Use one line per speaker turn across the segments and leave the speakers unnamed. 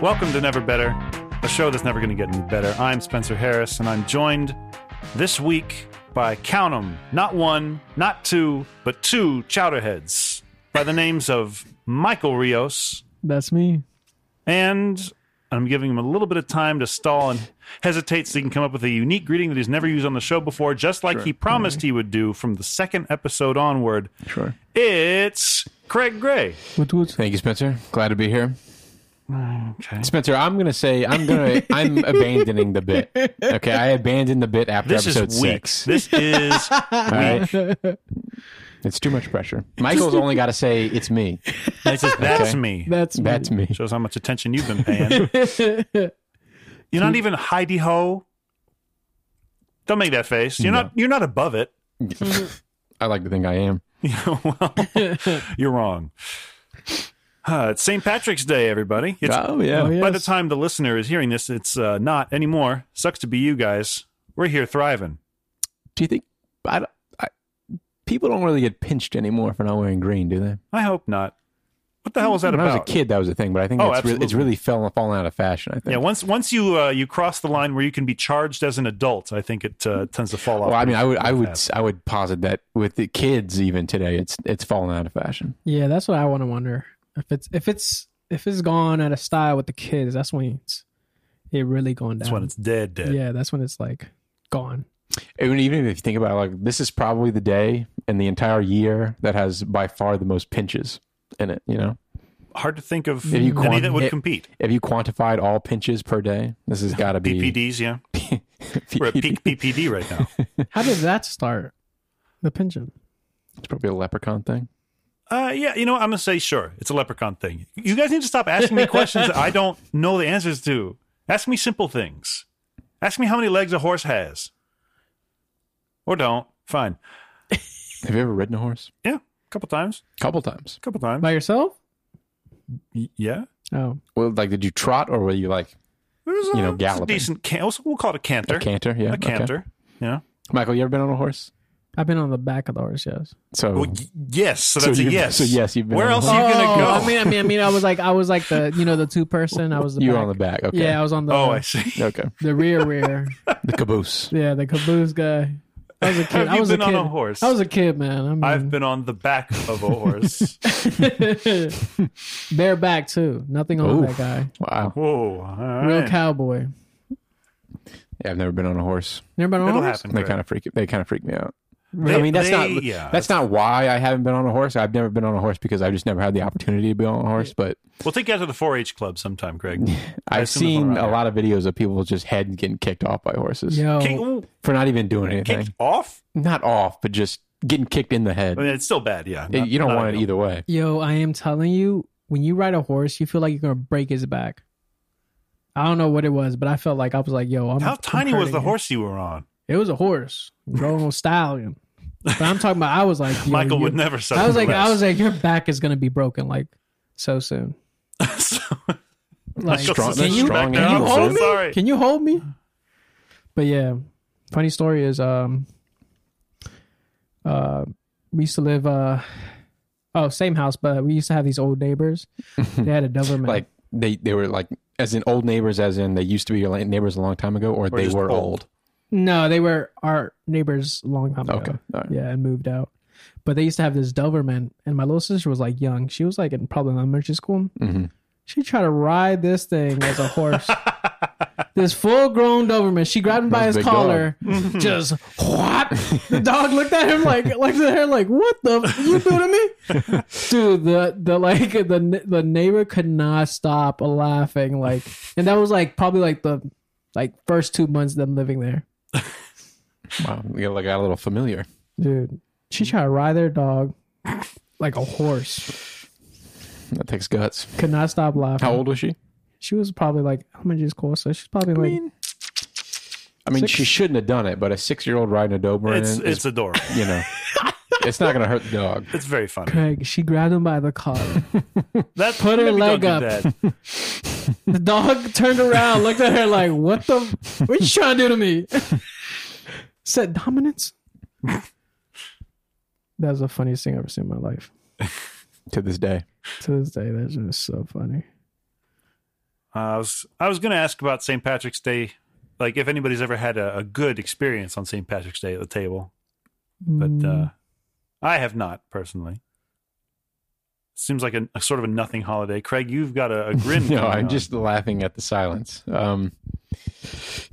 Welcome to Never Better, a show that's never going to get any better. I'm Spencer Harris, and I'm joined this week by count 'em, not one, not two, but two chowderheads by the names of Michael Rios,
That's me.
and I'm giving him a little bit of time to stall and hesitate so he can come up with a unique greeting that he's never used on the show before, just like he promised he would do from the second episode onward.
Mm-hmm. Sure.
It's Craig Gray.
What what?
Thank you, Spencer. Glad to be here.
Okay.
Spencer, I'm gonna say I'm gonna I'm abandoning the bit. Okay, I abandoned the bit after
This
episode
is weak.
six.
This is
All right? It's too much pressure. Michael's only gotta say it's me.
that's, that's me.
That's me.
That's me.
Shows how much attention you've been paying. You're not even Heidi Ho. Don't make that face. You're not. You're not above it.
I like to think I am.
well, you're wrong. Uh, it's St. Patrick's Day, everybody. It's,
oh yeah.
Oh, yeah.
By the
yes.
time the listener is hearing this, it's uh, not anymore. Sucks to be you guys. We're here thriving.
Do you think I, don't- I people don't really get pinched anymore for not wearing green, do they?
I hope not. What the hell was that
When I was
about?
a kid, that was a thing, but I think
Oh,
it's, really, it's
absolutely.
really fell, fallen out of fashion. I think.
Yeah, once once you uh, you cross the line where you can be charged as an adult, I think it uh, tends to fall off.
Well, I mean, I would, I
pretty
would,
fast.
I would posit that with the kids even today, it's it's fallen out of fashion.
Yeah, that's what I want to wonder. If it's if it's if it's gone out of style with the kids, that's when it's it really going down.
That's when it's dead, dead.
yeah, that's when it's like gone.
I mean, even if you think about it, like this is probably the day in the entire year that has by far the most pinches in it. You know,
Hard to think of
If you
any
quant-
that would
it-
compete.
have you quantified all pinches per day? This has got to be
PPDs, yeah. We're at peak PPD right now.
How did that start? The pension.
It's probably a leprechaun thing.
Uh, yeah, you know, what? I'm gonna say sure. It's a leprechaun thing. You guys need to stop asking me questions that I don't know the answers to. Ask me simple things. Ask me how many legs a horse has, or don't. Fine.
Have you ever ridden a horse?
Yeah, a couple times.
A couple times.
A couple times.
By yourself?
Y- yeah.
Oh.
Well, like, did you trot or were you like
It was,
You know,
it was a
galloping.
decent. Can- also, we'll call it a canter.
a canter? Yeah,
A
okay.
canter. Yeah.
Michael, you ever been on a horse?
I've been on the back of the horse, yes.
So
Well, y- yes. So
So
that's a
you've-
yes.
so yes, you've been
Where
on
else
the
are you gonna go?
Oh, I mean, I mean, I mean, I was like, I was like the, you know, the two person. I was the
you were
back.
on the back. Okay.
Yeah, I was on the,
oh, I see.
Okay.
the rear rear.
The caboose.
Yeah, the caboose guy. I was a kid.
Have
I
you
was
been
a
on
kid.
a horse?
I was a kid, man. I mean,
I've been on the back of a horse.
bareback too. Nothing on
Oof.
that guy.
Wow.
Whoa. all
Real
right.
cowboy.
Yeah, I've never been on a horse.
Never been on a
It'll
horse?
happen.
They
Greg.
kind of freak. They kind of freak me out.
They-
I mean, that's
they-
not
yeah.
that's not why I haven't been on a horse. I've never been on a horse because I've just never had the opportunity to be on a horse. But
We'll take you out to the 4-H club sometime, Greg.
I've
assume there's one
seen
around
a
here.
lot of videos of people just head getting kicked off by horses
Yo,
Kick- ooh,
for not even doing anything.
kicked off?
Not off, but just getting kicked in the head.
I mean, it's still bad, yeah.
You-
Not-
you don't
not
want it
ideal.
either way.
yo, I am telling you, when you ride a horse, you feel like you're gonna break his back. I don't know what it was, but I felt like I was like, yo, I'm
How
I'm
tiny was
hurting
the
here.
horse you were on?
It was a horse, rolling old stallion. But I'm talking about. I was like, yo,
Michael
you-
would never suffer
I was like,
less.
I was like, your back is gonna be broken like so soon.
So-
Like,
strong-
can
that's
you
strong
can you
animals,
hold
dude.
me?
Sorry.
Can you hold me? But yeah, funny story is um, uh, we used to live uh, oh same house, but we used to have these old neighbors. They had a Doberman.
Like they they were like as in old neighbors, as in they used to be your la- neighbors a long time ago, or, they
just
were
old.
old.
no, they were our neighbors a long time ago.
Okay, all right.
Yeah, and moved out. But they used to have this Doberman, and my little sister was like young. She was like in probably elementary school.
Mhm.
She tried to ride this thing as a horse. this full grown Doberman. She grabbed him by
That's
his
a big dog.
collar. Just what? the dog looked at him like looked at her like, what the f- you do to me? Dude, the the like the the neighbor could not stop laughing. Like and that was like probably like the like first two months of them living there.
Wow, you got, like, got a little familiar.
dude. She tried to ride their dog like a horse.
That takes guts.
Could not stop laughing.
How old was she?
She was probably like, how many years course? So she's probably like,
I mean,
Six.
she shouldn't have done it, but a six-year-old riding a Doberman
It's
is,
it's adorable.
you know, it's not going to hurt the dog.
It's very funny.
Craig, she grabbed him by the collar.
That
Put her
maybe don't
leg
do
up.
that.
the dog turned around, looked at her like, what the, what you trying to do to me? Said dominance. that was the funniest thing I've ever seen in my life.
To this day,
To this day, that's just so funny.
Uh, I was I was going to ask about St. Patrick's Day, like if anybody's ever had a, a good experience on St. Patrick's Day at the table, but uh,
Mm-hmm.
I have not personally. Seems like a, a sort of a nothing holiday. Craig, you've got a, a grin.
no,
going
I'm
on.
just laughing at the silence. Um,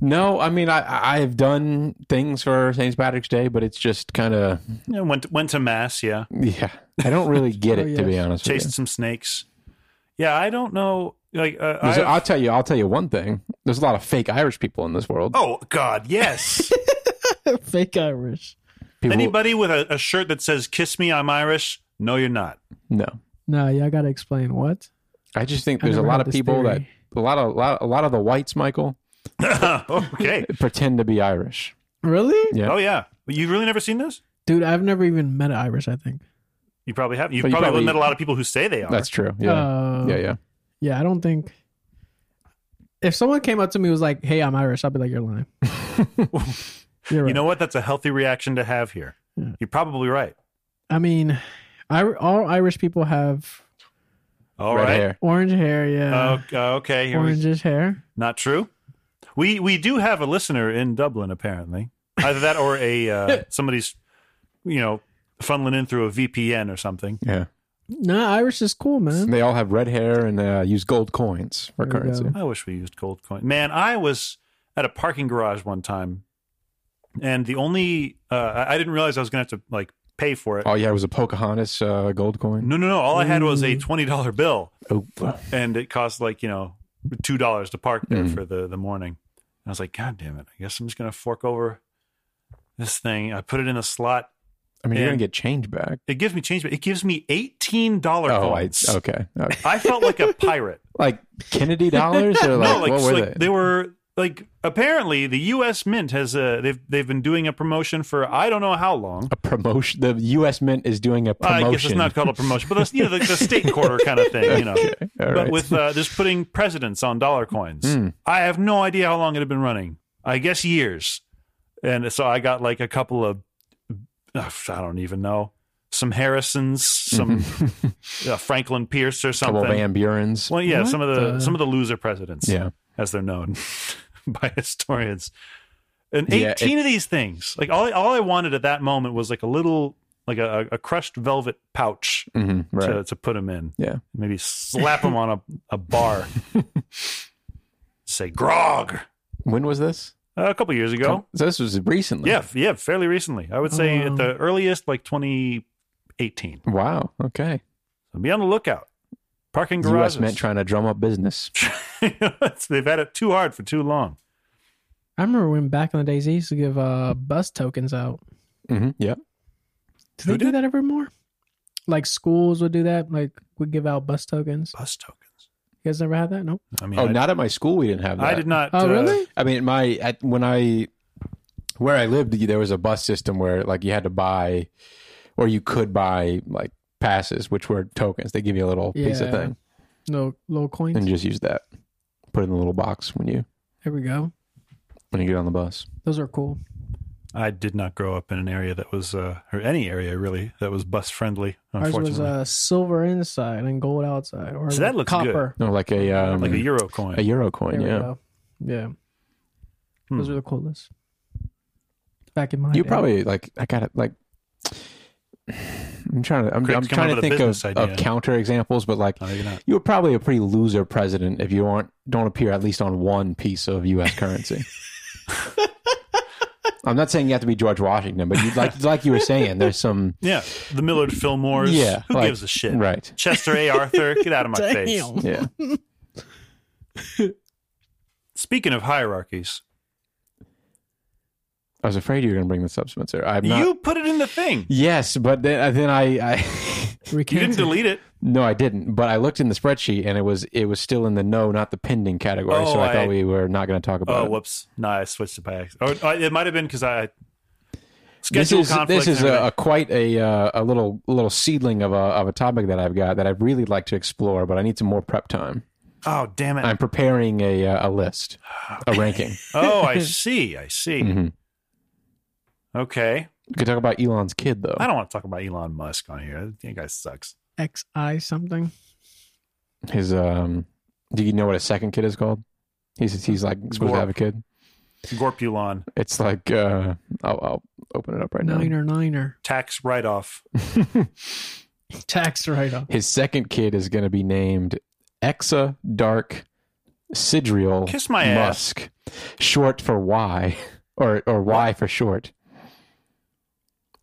no, I mean, I I have done things for St. Patrick's Day, but it's just kind of
You know, went to, went to mass. Yeah,
yeah. I don't really get
Oh,
it to be
yes.
honest.
chased
With
some snakes. Yeah, I don't know. Like, uh,
you. There's-
I-
I'll tell you, I'll tell you one thing. There's a lot of fake Irish people in this world.
oh God, yes.
Mm. Fake Irish.
people,
Anybody with a, a shirt that says "Kiss me, I'm Irish." No, you're not.
No,
No, y'all gotta explain what.
I just think
I
there's a
never
lot
had
of
this
people
theory.
that a lot of lot, a lot of the whites, Michael,
okay.
pretend to be Irish.
Really,
Yeah.
Oh yeah. You've really never seen this?
dude? I've never even met an Irish. I think.
You probably have. You've
But you
probably,
probably-
met a lot of people who say they are.
That's true. Yeah.
Uh,
yeah, yeah.
Yeah, I don't think. If someone came up to me and was like, "Hey, I'm Irish," I'd be like, "You're lying." You're right.
You know what? That's a healthy reaction to have here.
Yeah.
You're probably right.
I mean, I, all Irish people have
All
Red
right.
hair.
orange hair. Yeah,
Oh, uh, okay. Here we,
orangish hair.
not true. We we do have a listener in Dublin apparently. Either that or a uh, somebody's, you know, funneling in through a VPN or something.
Yeah.
Nah, Irish is cool, man.
They all have red hair and uh, use gold coins for
There we
currency.
go.
I wish we used gold coin. Man, I was at a parking garage one time, and the only uh, I I didn't realize I was going to have to like pay for it.
Oh yeah, it was a Pocahontas uh, gold coin.
No, no, no. All I had was
Mm.
a twenty dollar bill.
Oh,
and it cost like you know two dollars to park there
Mm.
for the the morning. And I was like, God damn it! I guess I'm just gonna fork over this thing. I put it in a slot.
I mean,
Yeah.
you're gonna get change back.
It gives me change, but it gives me eighteen dollar
Oh, I,
coins. I,
okay. okay.
felt like a pirate.
Like Kennedy dollars or like,
no, like,
what
so,
were
like,
they?
were like apparently the U.S. Mint has uh they've they've been doing a promotion for I don't know how long.
A promotion. The U.S. Mint is doing a promotion.
I guess it's not called a promotion, but that's you know the, the state quarter kind of thing, you know.
All
but
right.
with uh, just putting presidents on dollar coins.
Mm.
I have no idea how long it had been running. I guess years. And so I got like a couple of, uh, I don't even know, some Harrisons, some uh, Franklin Pierce or
Mm-hmm. couple
something.
Van Burens.
Well, yeah,
What
some of the,
the-
some of the loser presidents,
Yeah.
as they're known by historians. And
Yeah, it-
eighteen of these things. Like all, I- all I wanted at that moment was like a little, like a, a crushed velvet pouch
hmm Right.
to, to put him in.
Yeah.
Maybe slap him on a, a bar. Say grog.
when was this?
Uh, a couple years ago.
So this was recently.
Yeah, f- yeah, fairly recently. I would say at
Um,
the earliest, like 2018.
Wow. Okay.
So be on the lookout. Parking
U.S.
garages.
Mint trying to drum up business.
They've had it too hard for too long.
I remember when back in the days they used to give uh, bus tokens out.
Mm-hmm. Yeah.
Do they
Who
do
did?
that evermore? Like schools would do that. Like would give out bus tokens.
Bus tokens.
You guys never had that? Nope.
I mean,
Oh,
I,
not at my school. We didn't have that.
I did not.
Oh,
uh,
really?
I mean, my at, when I where I lived, there was a bus system where like you had to buy, or you could buy like passes, which were tokens. They give you a little piece of
Yeah.
thing
No little coins.
and just use that. Put it in a little box when you
There we go.
when you get on the bus.
Those are cool.
I did not grow up in an area that was, uh, or any area really, that was bus friendly,
Ours
unfortunately.
was uh, silver inside and gold outside, or
So that looks good.
copper.
No, like a
uh,
um,
like a
a,
euro coin.
euro coin.
There we
yeah,
go. Yeah.
Hmm.
Those are the coolest. Back in my
you
day.
probably like. I got it. Like, I'm trying to. I'm,
Craig's
I'm
come
trying
up
to
with a
think of,
business
of
idea.
counter examples, but like
No, you're not.
you were probably a pretty loser president if you aren't don't appear at least on one piece of U.S. currency. I'm not saying you have to be George Washington, but you, like like you were saying, there's some
Yeah, the Millard Fillmores.
Yeah,
who
like-
gives a shit?
right.
Chester A. Arthur, get out of my face.
Damn.
Yeah,
Speaking of hierarchies,
I was afraid you were going to bring this up, Spencer. I'm not.
you put it in the thing.
yes, but then then I, I
You didn't delete it.
no, I didn't. But I looked in the spreadsheet and it was it was still in the no, not the pending category.
Oh,
so I,
I-
thought we were not going to talk about
Oh,
it.
whoops! No, I switched it by accident. Or, uh, it might have been because I
This
schedule
is
conflicts.
this is
and
a,
everything.
a quite a uh, a little little seedling of a of a topic that I've got that I'd really like to explore, but I need some more prep time.
oh damn it!
I'm preparing a uh, a list, a ranking.
oh, I see. I see.
Mhm.
Okay,
We could talk about Elon's kid though.
I don't want to talk about Elon Musk on here. That guy sucks.
XI something.
His um, do you know what his second kid is called? He's he's like supposed to have a kid.
Gorpulon
It's like uh, I'll, I'll open it up right now.
Niner, niner.
tax write off.
Tax write off.
His second kid is going to be named Exa Dark Sidriel
Kiss my ass.
Musk, short for Y, or or Y for short.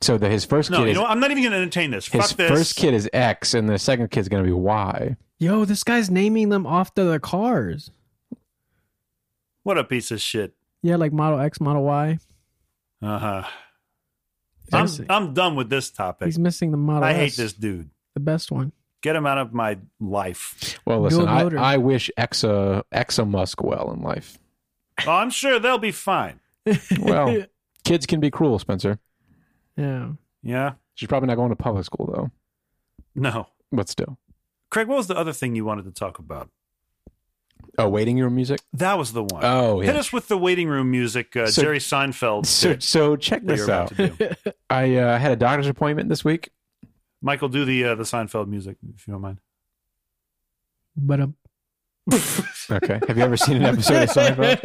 So that his first
No,
kid
you
is
know what? I'm not even going to entertain this.
his
Fuck this.
first kid is X, and the second kid's going to be Y.
Yo, this guy's naming them after their cars.
What a piece of shit.
Yeah, like Model X, Model Y.
Uh huh. I'm
He's,
I'm done with this topic.
he's missing the Model
I hate
S,
this dude.
The best one.
Get him out of my life.
Well, listen,
Dual
I,
motor.
I wish Exa Exa Musk well in life.
Oh, I'm sure they'll be fine.
Well, kids can be cruel, Spencer.
Yeah.
Yeah.
She's probably not going to public school though,
No.
but still.
Craig, what was the other thing you wanted to talk about?
Oh, waiting your music.
That was the one.
Oh,
Hit
yeah.
us with the waiting room music, uh,
So-
Jerry Seinfeld.
So,
did
so check
that you're
this
about
out.
to do.
I uh, had a doctor's appointment this week.
Michael, do the uh, the Seinfeld music if you don't mind.
But um,
Okay. Have you ever seen an episode of Seinfeld?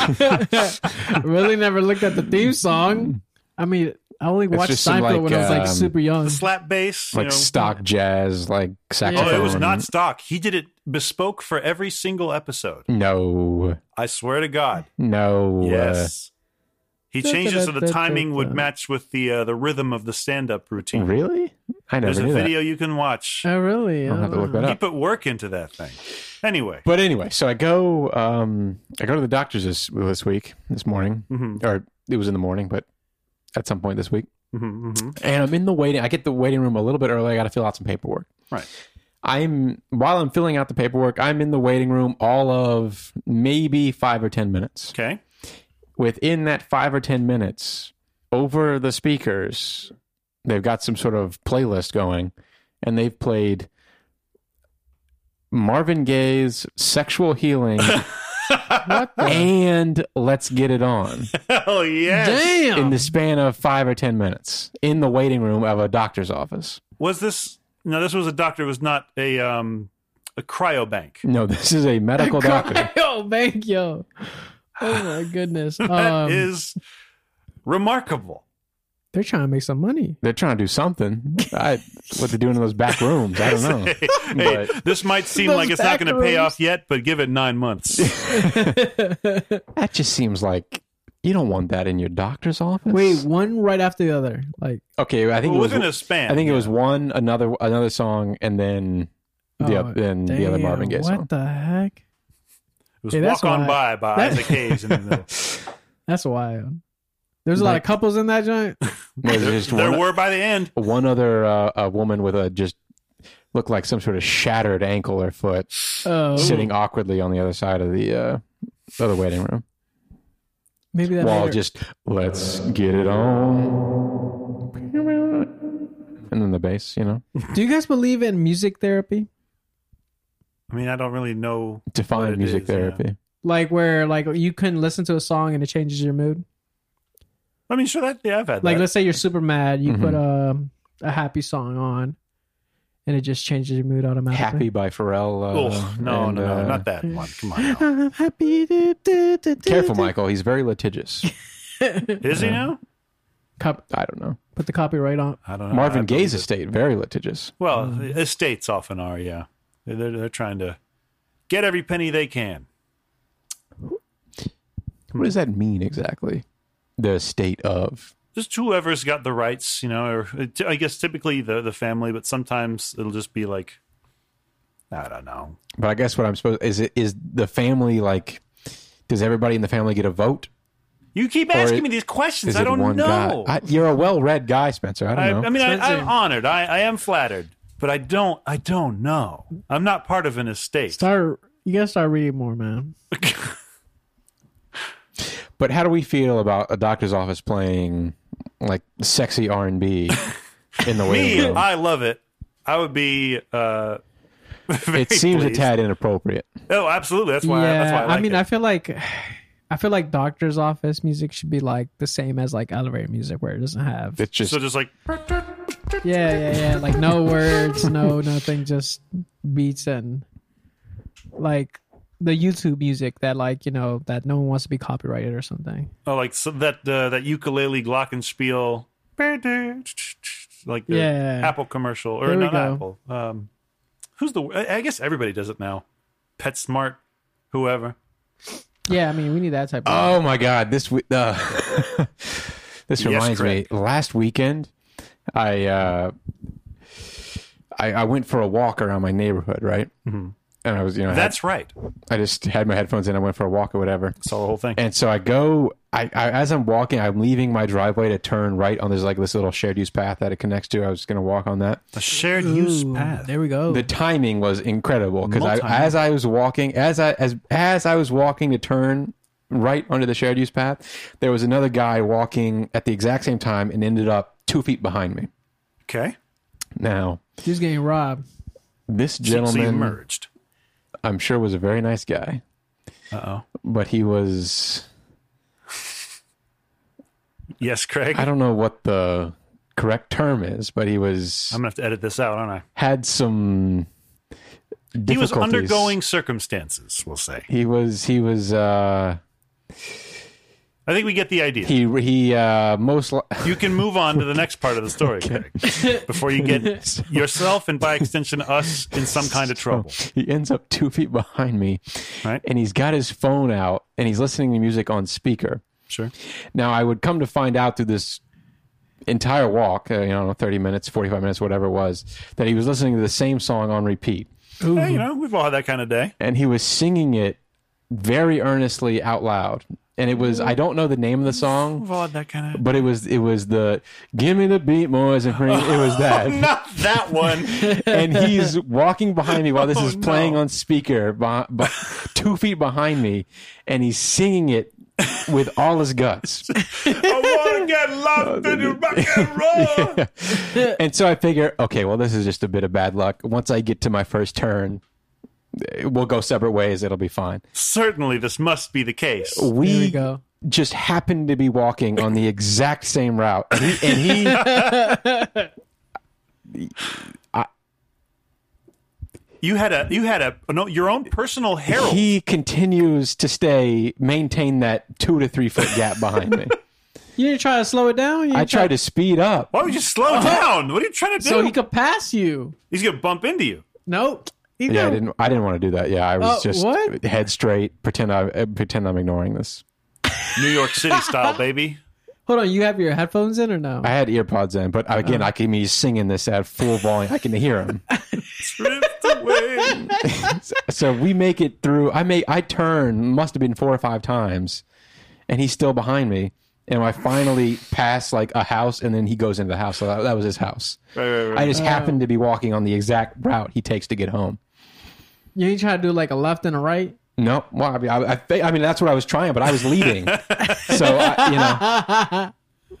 really never looked at the theme song. I mean, I only
It's
watched
just some,
Seinfeld
like,
when I was like
um,
super young.
The slap bass,
like
you know.
stock jazz, like
Oh,
saxophone.
it was not stock. He did it bespoke for every single episode.
No,
I swear to God.
no. uh,
Yes. He changed it so the timing would
Da-da-da-da-da.
match with the uh, the rhythm of the stand up
uh,
routine.
really? I never
There's a
knew that.
video you can watch.
Oh, really?
I'll have to look that
He
up.
put work into that thing. Anyway,
But anyway, so I go, um, I go to the doctor's this this week, this morning,
hmm
or it was in the morning, but at some point this week.
hmm hmm
and I'm in the waiting. I get the waiting room a little bit early. I got to fill out some paperwork.
Right.
I'm while I'm filling out the paperwork, I'm in the waiting room all of maybe five or ten minutes.
okay.
Within that five or ten minutes, over the speakers, they've got some sort of playlist going, and they've played Marvin Gaye's "Sexual Healing" and "Let's Get It On."
Hell yeah!
Damn.
in the span of five or ten minutes in the waiting room of a doctor's office.
Was this? No, this was a doctor. It was not a um a cryobank.
No, this is a medical doctor.
Cryo bank, yo. Oh my goodness.
That
Um,
is remarkable.
they're trying to make some money.
They're trying to do something. I, what they're doing in those back rooms, I don't know.
Hey, hey, this might seem
Those
like it's not
back
going to pay
rooms.
off yet, but give it nine months.
That just seems like you don't want that in your doctor's office.
Wait, one right after the other. Like
okay, I think it
Within
was.
a span.
I think it was one another another song, and then the
Oh,
oth- then the other
damn,
Marvin Gaye
What
song.
the heck?
It was
Hey, that's
Walk On
why-
By by
that-
Isaac Hayes in the middle.
That's wild. There's a lot of
Like-
couples in that joint.
No,
There,
there's just
there
one,
were by the end.
one other uh, a woman with a just looked like some sort of shattered ankle or foot.
Oh,
sitting awkwardly on the other side of the uh, other waiting room
maybe that.
while
made her-
just let's get it on and then the bass you know
Do you guys believe in music therapy?
I mean, I don't really know. What
define
it
music
is, yeah.
therapy
Like where like you can listen to a song and it changes your mood.
I mean, sure that yeah, I've had
Like
that.
let's say you're super mad, you put
Mm-hmm.
um, a happy song on, and it just changes your mood automatically.
happy by pharrell uh,
oh no,
and,
no, no,
uh,
not that one. Come on. now.
I'm happy. do, do, do, do,
careful
do.
michael he's very litigious
Is he now?
Cop-
i don't know
put the copyright on.
I don't know. I
marvin
believe
gaye's
it.
estate very litigious
Well, estates often are. Yeah, they're, they're they're trying to get every penny they can.
what does that mean exactly the state of
just whoever's got the rights, you know, or t- I guess typically the, the family, but sometimes it'll just be like, I don't know.
but i guess what i'm supposed is it is the family like does everybody in the family get a vote
You keep
Or
asking
it-
me these questions.
Is
I
it
don't
one
know.
guy? I, you're a well-read guy, Spencer. I don't
I,
know.
I mean, I, I'm
Spencer.
honored. I, I am flattered, but I don't. I don't know. I'm not part of an estate.
Start. You gotta start reading more, man.
but how do we feel about a doctor's office playing like sexy R and B in the
Me,
waiting room?
I love it. I would be. Uh, very
it seems
pleased.
a tad inappropriate.
Oh, absolutely. That's why. I, that's why I, like
mean,
it.
I feel like I feel like doctor's office music should be like the same as like elevator music, where it doesn't have.
It's just
so just like
yeah, yeah, yeah. Like no words, no nothing, just beats and like the YouTube music that like you know that no one wants to be copyrighted or something.
oh, like so that uh, that ukulele glockenspiel, like the
Yeah.
Apple commercial or
There we
not
go.
Apple. Um, who's the? I I guess everybody does it now. PetSmart, whoever.
Yeah, I mean, we need that type. of
Oh my god, this we- uh, this
Yes,
reminds me.
Craig.
Last weekend, I uh, I, I went for a walk around my neighborhood, right? Mm-hmm. And I was, you know, I had-
That's right.
I just had my headphones in. I went for a walk or whatever.
Saw the whole thing.
And so I go, I, I as I'm walking, I'm leaving my driveway to turn right on. There's like this little shared use path that it connects to. I was going to walk on that.
A shared use
Ooh,
path.
There we go.
The timing was incredible because I,
Multi-
as I was walking, as I as as I was walking to turn right onto the shared use path, there was another guy walking at the exact same time and ended up two feet behind me.
Okay.
Now
He's getting robbed.
this
So- So you
gentleman,
merged.
I'm sure, was a very nice guy,
Uh oh.
but he was
Yes, Craig.
I don't know what the correct term is, but he was
I'm gonna have to edit this out, aren't I?
had some.
He was
difficulties.
undergoing circumstances. We'll say.
He was. He was. uh
I think we get the idea.
He he uh most. Li-
you can move on to the next part of the story Craig, before you get yourself and by extension us in some kind of trouble
he ends up two feet behind me
right
and he's got his phone out and he's listening to music on speaker
sure
now i would come to find out through this entire walk uh, you know 30 minutes 45 minutes whatever it was that he was listening to the same song on repeat
yeah, you know we've all had that kind of day
and he was singing it very earnestly out loud and it was i don't know the name of the song
we've all had that kind of
but it was it was the give me the beat boys and bring it was Oh, that
not that one
and he's walking behind me while this
Oh,
is playing
no.
on speaker, by, by, two feet behind me, and he's singing it with all his guts.
i want to get lost in rock and roll
and so I figure, okay, well, this is just a bit of bad luck. Once I get to my first turn, eh, we'll go separate ways. It'll be fine.
certainly this must be the case
We,
There we go.
just happened to be walking on the exact same route, and he. And he
you had a you had a no your own personal herald
He continues to stay, maintain that two to three foot gap behind me.
You didn't try to slow it down. You
I
didn't try
try to speed up.
why would you slow
Uh-huh.
down what are you trying to do
so he could pass you.
he's gonna bump into you
Nope. He
Yeah, I
didn't.
didn't. I didn't want to do that. Yeah, I was
Uh,
Oh,
just
what?
head straight. Pretend I uh, pretend I'm ignoring this.
new york city style baby
Hold on. You have your headphones in or no?
I had earpods in, but
Uh.
again, I can be singing this at full volume. I can hear him.
drift away
so we make it through. I make. I turn. Must have been four or five times, and he's still behind me. And I finally pass like a house, and then he goes into the house. So that, that was his house.
Right, right, right.
I just happened to be walking on the exact route he takes to get home.
You ain't trying to do like a left and a right.
No, well, I mean, I, I, think- I mean that's what I was trying, but I was leading. so I, you know.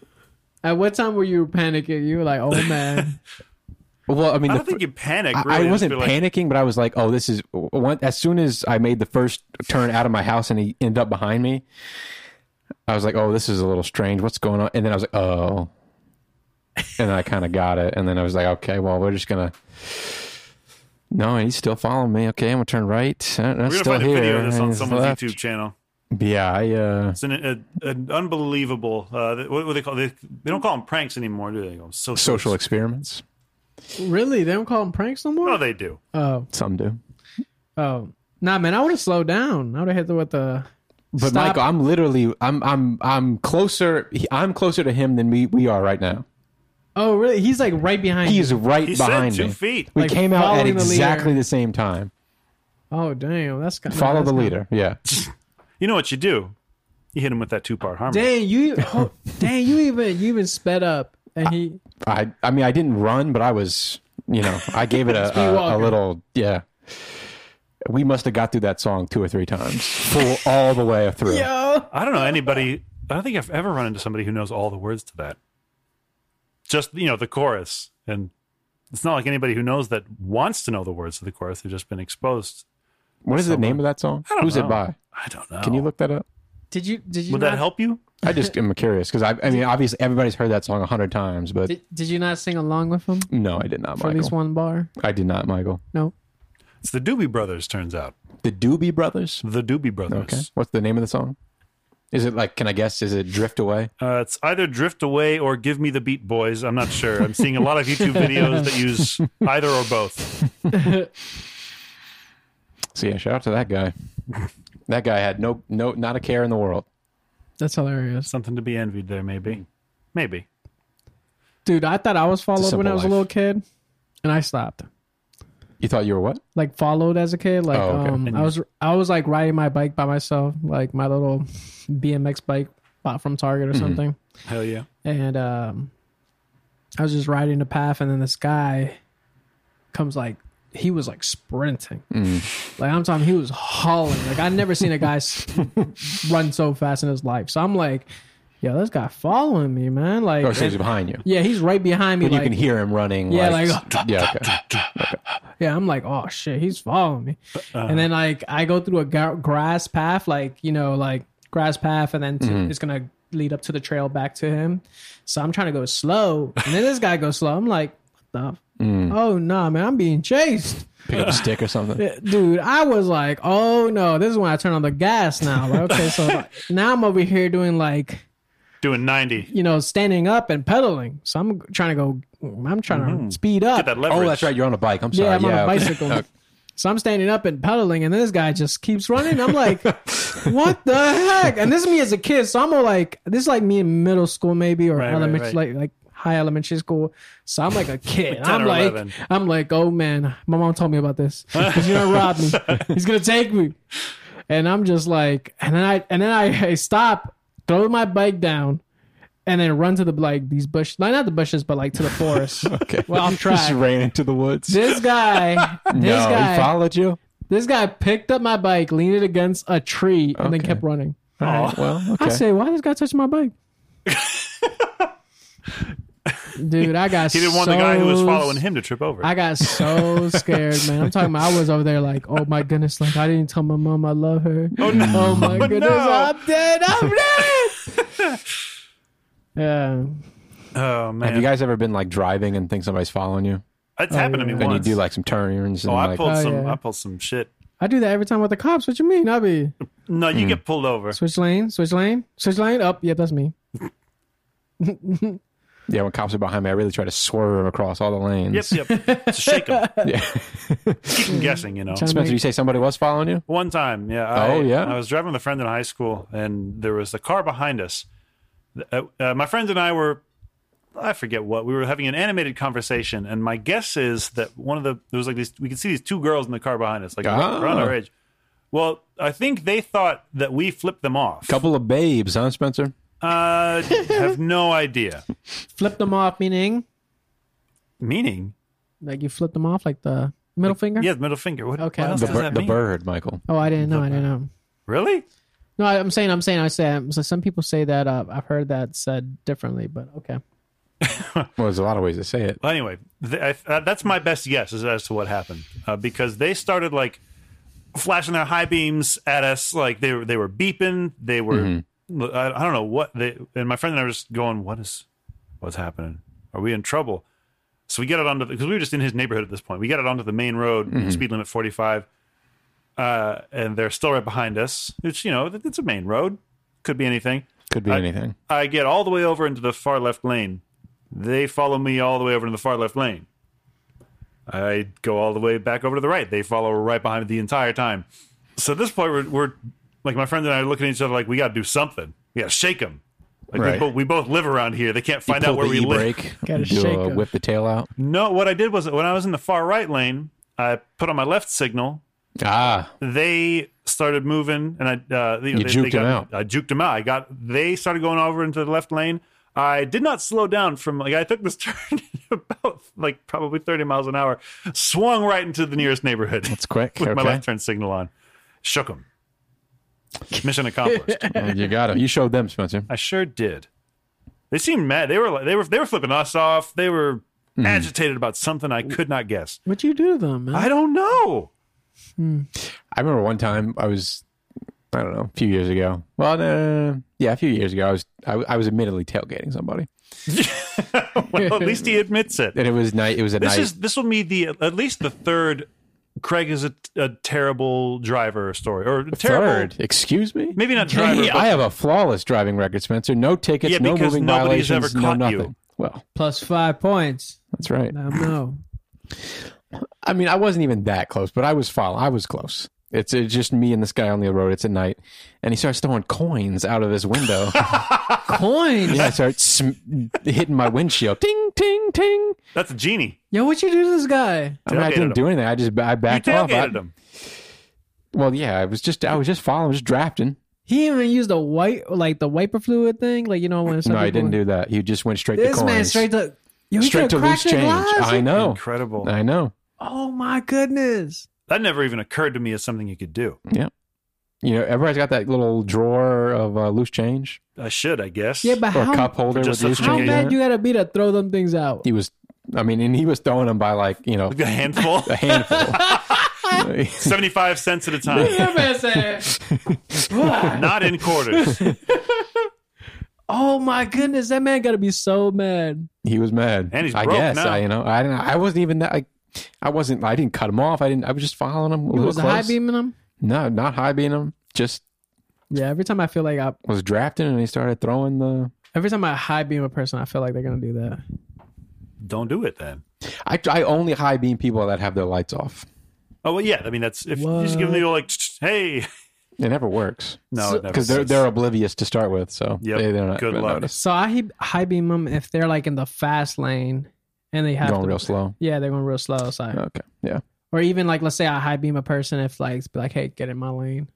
At what time were you panicking? You were like, "Oh man,
Well, I mean,
I don't
the fir-
think you panic.
I-
Really.
I
Just
wasn't
be like,
panicking, but I was like, "Oh, this is." One, as soon as I made the first turn out of my house and he ended up behind me, I was like, "Oh, this is a little strange. What's going on?" And then I was like, "Oh," and then I kind of got it. And then I was like, "Okay, well, we're just gonna." No, he's still following me. Okay, I'm gonna turn right. Uh, I'm
We're gonna
still
find a
here.
video of this on
He's
someone's
left.
YouTube channel.
Yeah, I, uh,
It's an, a, an unbelievable. Uh, th- what, what they call they, they don't call them pranks anymore, do they? they call them socials.
social experiments.
really? They don't call them pranks no
No,
more."
they do.
Oh,
Some do,
oh, nah, man. I would have slowed down. I would have hit the with the.
but
Stop.
Michael, I'm literally, I'm, I'm, I'm closer. he- I'm closer to him than we we are right now.
Oh, really? He's like right behind. you.
He's right
He
behind
said two
me.
feet.
We
Like,
came out at
following the leader.
exactly the same time.
Oh, damn. That's kind
Follow the leader. Yeah.
You know what you do? You hit him with that two part harmony.
Dang you! Oh, dang you! Even you even sped up, and he
I I mean I didn't run, but I was you know I gave it a, a, a
walking.
little yeah. We must have got through that song two or three times, full all the way through.
yo.
I don't know anybody. I don't think I've ever run into somebody who knows all the words to that. Just you know the chorus, and it's not like anybody who knows that wants to know the words to the chorus. They've just been exposed.
What is the name of that song?
I don't
Who's
know.
it by?
I don't know.
Can you look that up?
Did you did you
Would
not,
that help you?
I just am curious because I, I mean, obviously everybody's heard that song a hundred times, but
Did, did you not sing along with him
no, I did not,
for at least
Michael.
one bar?
I did not, Michael.
No.
It's the Doobie Brothers. Turns out
The Doobie Brothers.
the Doobie Brothers.
Okay, what's the name of the song? Is it like? Can I guess? Is it Drift Away?
Uh, it's either Drift Away or Give Me the Beat Boys. I'm not sure. I'm seeing a lot of YouTube videos that use either or both.
So yeah, shout out to that guy. that guy had no, no, not a care in the world.
That's hilarious,
Something to be envied there, maybe. Maybe.
dude. I thought I was followed
simple
when I was a
life.
little kid, and I stopped.
You thought you were what?
Like followed as a kid, like
Oh, okay.
um, I was I was like riding my bike by myself, like my little BMX bike bought from Target
Mm-hmm.
or something.
Hell yeah.
and um, I was just riding the path, and then this guy comes like he was like sprinting,
Mm.
like I'm talking, he was hauling. Like I never seen a guy s- run so fast in his life. So I'm like, yo, this guy following me, man. Like,
Oh, so he's
and-
behind you.
yeah, he's right behind me.
But you
like,
can hear him running.
Yeah,
like yeah, okay.
yeah, I'm like, oh shit, he's following me. and then
uh-huh.
like I go through a gra- grass path, like you know, like grass path, and then to,
Mm-hmm.
it's gonna lead up to the trail back to him. So I'm trying to go slow, and then this guy goes slow. I'm like, what the?
Mm.
Oh nah, man, I'm being chased,
pick up a stick or something.
dude. I was like, oh no, this is when I turn on the gas now. Like, okay, so now I'm over here doing like
Doing 90.
you know standing up and pedaling. So I'm trying to go, I'm trying to speed up.
Mm-hmm. Get that leverage.
Oh, that's right. You're on a bike. I'm sorry.
Yeah, I'm on a
Uh, okay.
bicycle. So I'm standing up and pedaling, and this guy just keeps running. I'm like, what the heck? And this is me as a kid, so I'm all like, this is like me in middle school maybe or
Right, right,
elementary,
right.
like like high elementary school. So I'm like a kid.
10
I'm
or
like,
11.
I'm like, oh man, my mom told me about this. He's gonna rob me. He's gonna take me. And I'm just like, and then I and then I, I stop, throw my bike down. And then run to the like these bush, like not the bushes, but like to the forest. okay. Well, I'm
Just
trying.
ran into the woods.
This guy, this
no,
guy,
he followed you.
this guy picked up my bike, leaned it against a tree, and then
Okay.
kept running.
All right, well, okay.
I say, why this guy touch my bike? Dude, I got
He didn't want the
so-
guy who was following him to trip over.
I got so scared, man. I'm talking about I was over there like, oh my goodness, like I didn't tell my mom I love her. Oh,
no.
my
no.
goodness, I'm dead, I'm dead. yeah.
oh, man.
Have you guys ever been like driving and think somebody's following you?
That's happened to me
yeah.
And
once.
you do like some turns and
oh, I
like
pulled
Oh,
some.
yeah.
I pulled some shit.
I do that every time with the cops. What you mean? I be
No,
Hmm.
you get pulled over.
switch lane, switch lane, switch lane. Up, yep, that's me.
yeah, when cops are behind me, I really try to swerve across all the lanes.
Yep, yep. Just shake him.
Yeah.
Keep him guessing. You know.
Trying to
Spencer, you say somebody was following you?
One time, yeah. I,
Oh, yeah?
I was driving with a friend in high school, and there was the car behind us. Uh, uh, my friend and I were, I forget what, we were having an animated conversation, and my guess is that one of the there was like these, we could see these two girls in the car behind us, like
Ah.
around our age. Well, I think they thought that we flipped them off.
Couple of babes, huh, Spencer?
Uh, have no idea.
flip them off, meaning
Meaning,
Like you flip them off, like the middle finger.
yeah, middle finger. What,
Okay.
what else
The,
does
bir-
that
the
mean?
bird, Michael.
Oh, I didn't know. I didn't know.
Really?
No, I, I'm saying, I'm saying, I said. So some people say that. Uh, I've heard that said differently, but okay.
Well, there's a lot of ways to say it.
Well, anyway, th- I, uh, that's my best guess as, as to what happened uh, because they started like flashing their high beams at us, like they were they were beeping, they were I, I don't know what they and my friend and I were just going, what is what's happening? Are we in trouble? So we get it onto because we were just in his neighborhood at this point. We get it onto the main road, speed limit forty five, uh, and they're still right behind us. Which you know th- it's a main road, could be anything.
Could be
I-
anything.
I get all the way over into the far left lane. They follow me all the way over to the far left lane. I go all the way back over to the right. They follow right behind me the entire time. So at this point, we're, we're like my friend and I are looking at each other like we got to do something. We got to shake them. Like we,
Right.
bo- we both live around here. They can't find out
Pull
where
the
we live.
e-brake,
Gotta
do
shake
a
'em.
whip the tail out.
No, what I did was when I was in the far right lane, I put on my left signal.
Ah,
They started moving, and I uh, you know,
You
they,
juked
they got,
him out.
I juked him out. I got they started going over into the left lane. I did not slow down from like I took this turn about like probably thirty miles an hour, swung right into the nearest neighborhood
It's quick.
with my
okay.
left turn signal on, shook him. Mission accomplished.
Oh, you got it. You showed them, Spencer.
I sure did. They seemed mad. They were like they were they were flipping us off. They were agitated about something I could not guess.
What'd you do to them, man?
I don't know.
I remember one time I was, I don't know, a few years ago. Well, no, yeah, a few years ago, I was, I, I was admittedly tailgating somebody,
well, at least he admits it.
and it was night. It was a
This
night.
is this will be the at least the third. Craig is a, a terrible driver story or terrible.
third. Excuse me.
Maybe not driver.
Hey,
but
I have a flawless driving record, Spencer. No tickets,
Yeah,
no
because
moving
nobody's
violations,
ever caught
no
you.
nothing. Well,
Plus five points.
that's right.
No, no.
I mean, I wasn't even that close, but I was following. I was close. It's, it's just me and this guy on the road. It's at night, and he starts throwing coins out of his window.
Coins.
yeah, I start sm- hitting my windshield. Ting, ting, ting.
that's a genie.
Yo, what'd you do to this guy?
I mean, I
Tailgated
didn't
him.
do anything. I just I
You
backed off. I,
tailgated him.
Well, yeah, I was just I was just following, just drafting.
He even used the white, like the wiper fluid thing, like you know when. some
no, I
people-
didn't do that. You just went straight
This
to coins.
man straight to. Yo, he
Straight
could've
to loose
cracked your
change.
glass.
I know.
Incredible.
I know.
Oh my goodness.
That never even occurred to me as something you could do.
You know, everybody's got that little drawer of uh, loose change
I should, I guess.
Yeah, but
or
how,
cup holder
For
with
just
loose
such an
how
change. in
bad
it.
you gotta be to throw them things out?
he was, I mean, and he was throwing them by like you know
Like a handful,
a handful.
seventy-five cents at a time,
Your man said, "Why?"
not in quarters.
oh my goodness, that man gotta be so mad.
he was mad.
And he's
I
broke
guess
now.
I you know I didn't. I wasn't even that. I, I wasn't. I didn't cut him off. I didn't. I was just following him a
You
little
was
close.
high beaming him.
No, not high beam him. Just
Yeah, every time I feel like I,
was drafting, and he started throwing the
every time I high beam a person, I feel like they're gonna do that.
Don't do it then.
I, I only high beam people that have their lights off.
Oh well, yeah. I mean, that's if you just give them the old, like, "Tch, tch, hey,
It never works
no, it never
because they're
does.
they're oblivious to start with. So
Yep.
they, they're not
Good
gonna
luck.
notice.
So I he- high beam them if they're like in the fast lane and they have
going
to,
real slow.
Yeah, they're going real slow. So I-
Okay, yeah.
or even like let's say I high beam a person if like be like, hey, get in my lane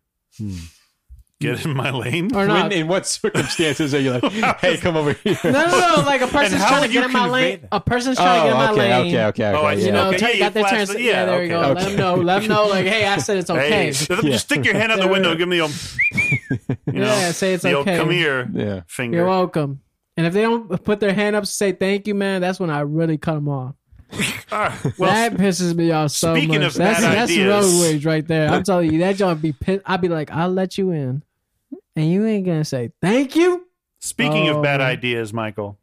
get in my lane.
or not.
in what circumstances are you like, hey, come over here?
no, no, no. Like a
And
person's
how
trying to
would you
get in my
convey
lane.
that?
A person's trying to get in my
Oh, okay,
lane.
okay, okay,
Oh, I
okay.
see.
You know,
Okay,
try-
you
got their
flash
turn.
the-
yeah,
yeah,
there you go.
okay.
Let
Okay.
them know. Let them know. Like, hey, I said it's okay.
Hey, just stick your hand out the window. Give them the old, you know,
Yeah, say it's
the old
okay.
come here
yeah. yeah.
finger.
You're welcome. And if they don't put their hand up to say thank you, man, that's when I really cut them off.
Ah, well,
that pisses me off so
speaking
much.
of
that's
bad
that's
ideas.
road rage right there. I'm telling you, that joint be pissed. I'd be like, I'll let you in, and you ain't gonna say thank you.
speaking of
Oh,
bad
man.
ideas, Michael,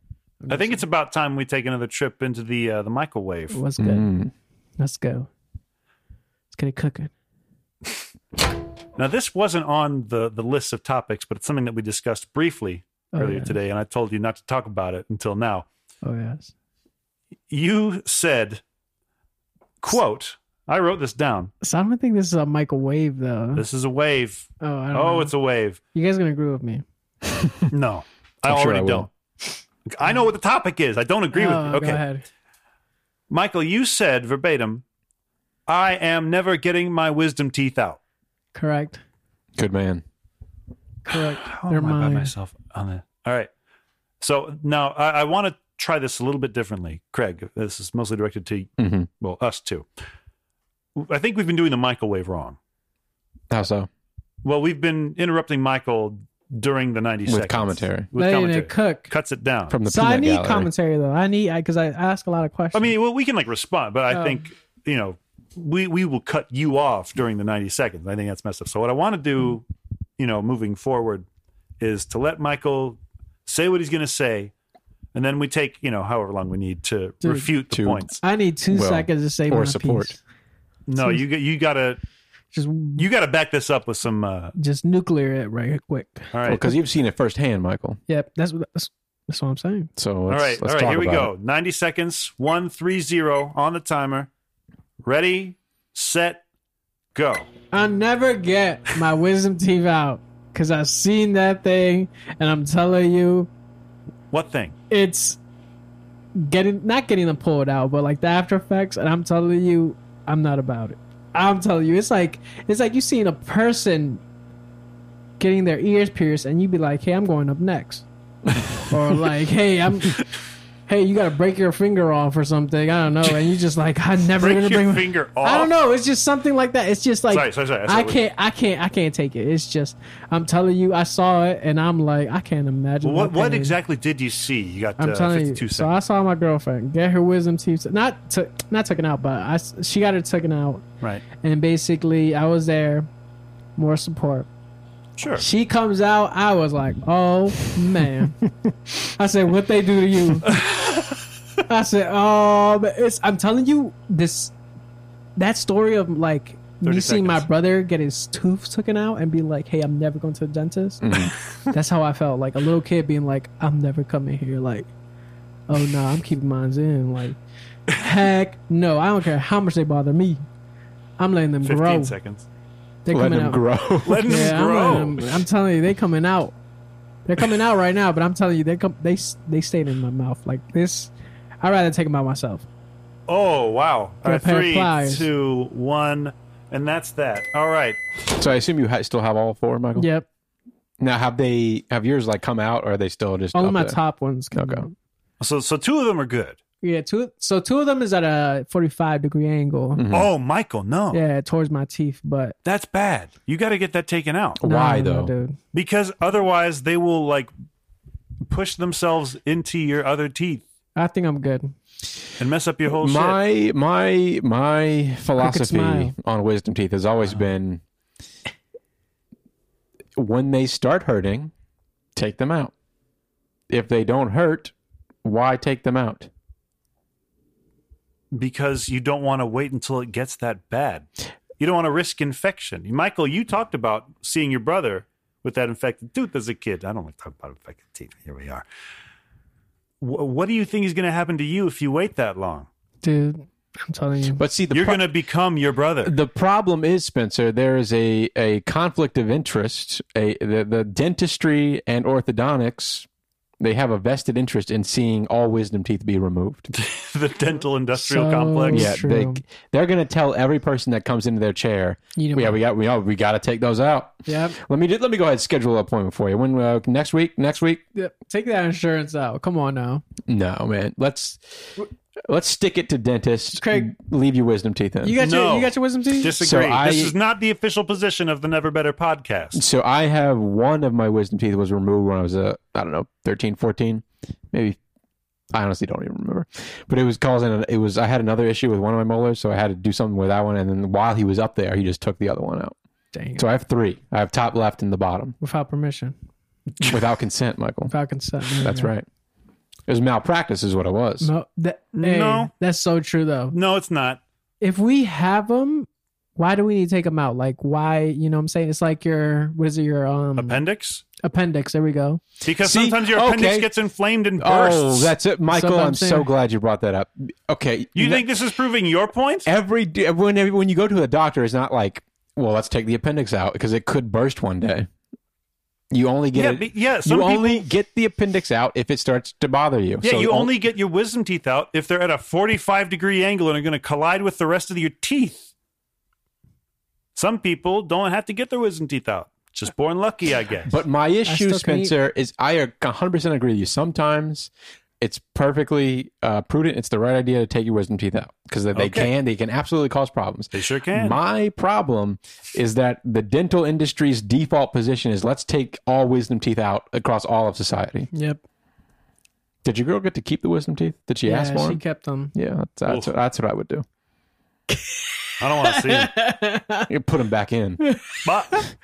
I think it's about time we take another trip into the uh, the microwave.
What's good?
Mm,
Let's go. Let's get it cooking.
Now, this wasn't on the the list of topics, but it's something that we discussed briefly
Oh,
earlier
yeah.
today, and I told you not to talk about it until now.
Oh yes.
You said, "quote." I wrote this down.
So I don't think this is a microwave though.
This is a wave.
oh, I don't know.
Oh, it's a wave.
you guys gonna agree with me?
No, I
I'm sure
already
I will.
don't. I know what the topic is. I don't agree
Oh,
with you. Okay.
Go ahead.
Michael, you said verbatim, I am never getting my wisdom teeth out.
Correct.
Good man.
Correct.
How
They're
am I by
mine.
myself on that? All right. So now I, I want to try this a little bit differently. Craig, this is mostly directed to,
Mhm.
well, us too. I think we've been doing the microwave wrong.
How so?
Well, we've been interrupting Michael during the 90
With
seconds.
commentary
With
Letting
commentary.
it cook.
Cuts it down.
from the
so I
peanut
need
gallery.
commentary though. I need because I, ask a lot of questions.
I mean, well, we can like respond, but I
Oh.
think you know we we will cut you off during the ninety seconds. I think that's messed up. So what I want to do, you know, moving forward, is to let Michael say what he's going to say, and then we take you know however long we need to
Dude.
refute the
To-
points.
I need two
Well,
seconds to save
or
my
support.
piece.
No, you got- you gotta
Just
you gotta back this up with some. Uh,
just nuclear it right quick.
all right,
Well, because you've seen it firsthand, Michael.
Yep, that's what that's, that's what I'm saying.
So
all
let's,
right, all
let's
right.
talk
Here we
about
go. Ninety seconds. One three zero on the timer. Ready, set, go.
I never get my wisdom teeth out because I've seen that thing, and I'm telling you,
What thing?
it's getting not getting them pulled out, but like the after effects. And I'm telling you, I'm not about it. I'm telling you, it's like it's like you seeing a person getting their ears pierced, and you be like, "Hey, I'm going up next," or like, "Hey, I'm." Hey, you gotta break your finger off or something. I don't know, and you just like I'm never
Break
gonna
your
bring my
finger off.
I don't know. It's just something like that. It's just like
Sorry, sorry, sorry. That's
I
what we-
can't, I can't, I can't take it. It's just I'm telling you, I saw it, and I'm like, I can't imagine.
What
the
what
pain.
exactly did you see? You got
I'm
uh,
telling
52
you. So I
seconds.
saw my girlfriend get her wisdom teeth, not t- not taken out, but I s- she got her taken out,
Right.
and basically I was there, more support.
Sure.
She comes out, I was like, oh man. I said, what they do to you? I said, oh, but it's. I'm telling you, this that story of like me
30
seeing my
seconds.
brother get his tooth taken out and be like, hey, I'm never going to the dentist.
Mm-hmm.
That's how I felt, like a little kid being like, I'm never coming here. Like, oh no, I'm keeping mine in. Like, heck, no, I don't care how much they bother me. I'm letting them
15
grow.
seconds.
They're
Let
coming
him
out.
grow.
Letting
Yeah,
them
I'm,
grow.
letting 'em- I'm telling you, they coming out. They're coming out right now, but I'm telling you, they come. They s- they stayed in my mouth like this. I'd rather take them out myself.
Oh, wow. All
a
right,
pair of
three,
pliers.
two, one, and that's that. All right.
so I assume you ha- still have all four, Michael.
Yep,
Now have they have yours like come out, or are they still just
only
up
my
there?
top ones. Come
Okay.
out.
So so two of them are good.
Yeah, two. So two of them is at a 45 degree angle.
Mm-hmm.
Oh, Michael, no.
Yeah, towards my teeth, but
That's bad. You got to get that taken out
no,
Why
no,
though?
dude?
because otherwise they will like push themselves into your other teeth
I think I'm good.
and mess up your whole shit.
my my my philosophy
smile.
on wisdom teeth has always been when they start hurting take them out if they don't hurt why take them out
because you don't want to wait until it gets that bad. You don't want to risk infection. Michael, you talked about seeing your brother with that infected tooth as a kid. I don't like to talk about infected teeth. Here we are. Wh- what do you think is going to happen to you if you wait that long?
Dude, I'm telling you.
but see the
You're
pro-
going to become your brother.
the problem is spencer there is a a conflict of interest a the, the dentistry and orthodontics they have a vested interest in seeing all wisdom teeth be removed
the dental industrial
So-
complex.
Yeah,
True.
they they're gonna tell every person that comes into their chair.
You know-
yeah, we got we, oh, we got to take those out.
Yep.
Let me do, let me go ahead and schedule an appointment for you. When uh, next week? Next week?
Yep. Take that insurance out. Come on now.
No, man. Let's let's stick it to dentists.
Craig-
leave your wisdom teeth in.
You got
No.
your you got your wisdom teeth.
Disagree.
So I-
this is not the official position of the Never Better podcast.
so I have one of my wisdom teeth was removed when I was uh, I don't know 13, 14, maybe. I honestly don't even remember, but it was causing an, it was I had another issue with one of my molars, so I had to do something with that one. And then while he was up there, he just took the other one out.
Dang.
So I have three. I have top left and the bottom.
Without permission.
without consent, Michael.
Without consent. There you
That's
go.
right. It was malpractice, is what it was.
No, that, hey,
No.
that's so true though.
No, it's not.
If we have them, why do we need to take them out? Like, why? You know, what I'm saying it's like your what is it? Your um
Appendix?
appendix. There we go.
Because
Mm. See?
sometimes your appendix
Okay.
gets inflamed and bursts.
Oh, that's it, Michael.
Sometimes
I'm so
sooner.
glad you brought that up. Okay,
you
that-
think this is proving your point?
every d- when every, when you go to a doctor, it's not like, well, let's take the appendix out because it could burst one day. You only get
Yeah,
it-
but- yeah, some
you
people-
only get the appendix out if it starts to bother you.
Yeah,
So
you
on-
only get your wisdom teeth out if they're at a 45 degree angle and are going to collide with the rest of your teeth. Some people don't have to get their wisdom teeth out. Just born lucky, I guess.
But my issue,
still can eat.
Spencer, is I 100% agree with you. Sometimes it's perfectly uh, prudent. It's the right idea to take your wisdom teeth out because they
Okay.
can. They can absolutely cause problems.
they sure can.
My problem is that the dental industry's default position is let's take all wisdom teeth out across all of society.
Yep.
Did your girl get to keep the wisdom teeth? Did she ask
Yeah,
for
she
them?
kept them.
yeah, that's, that's,
Oof.
that's what I would do.
I don't want to see them.
You put them back in.
But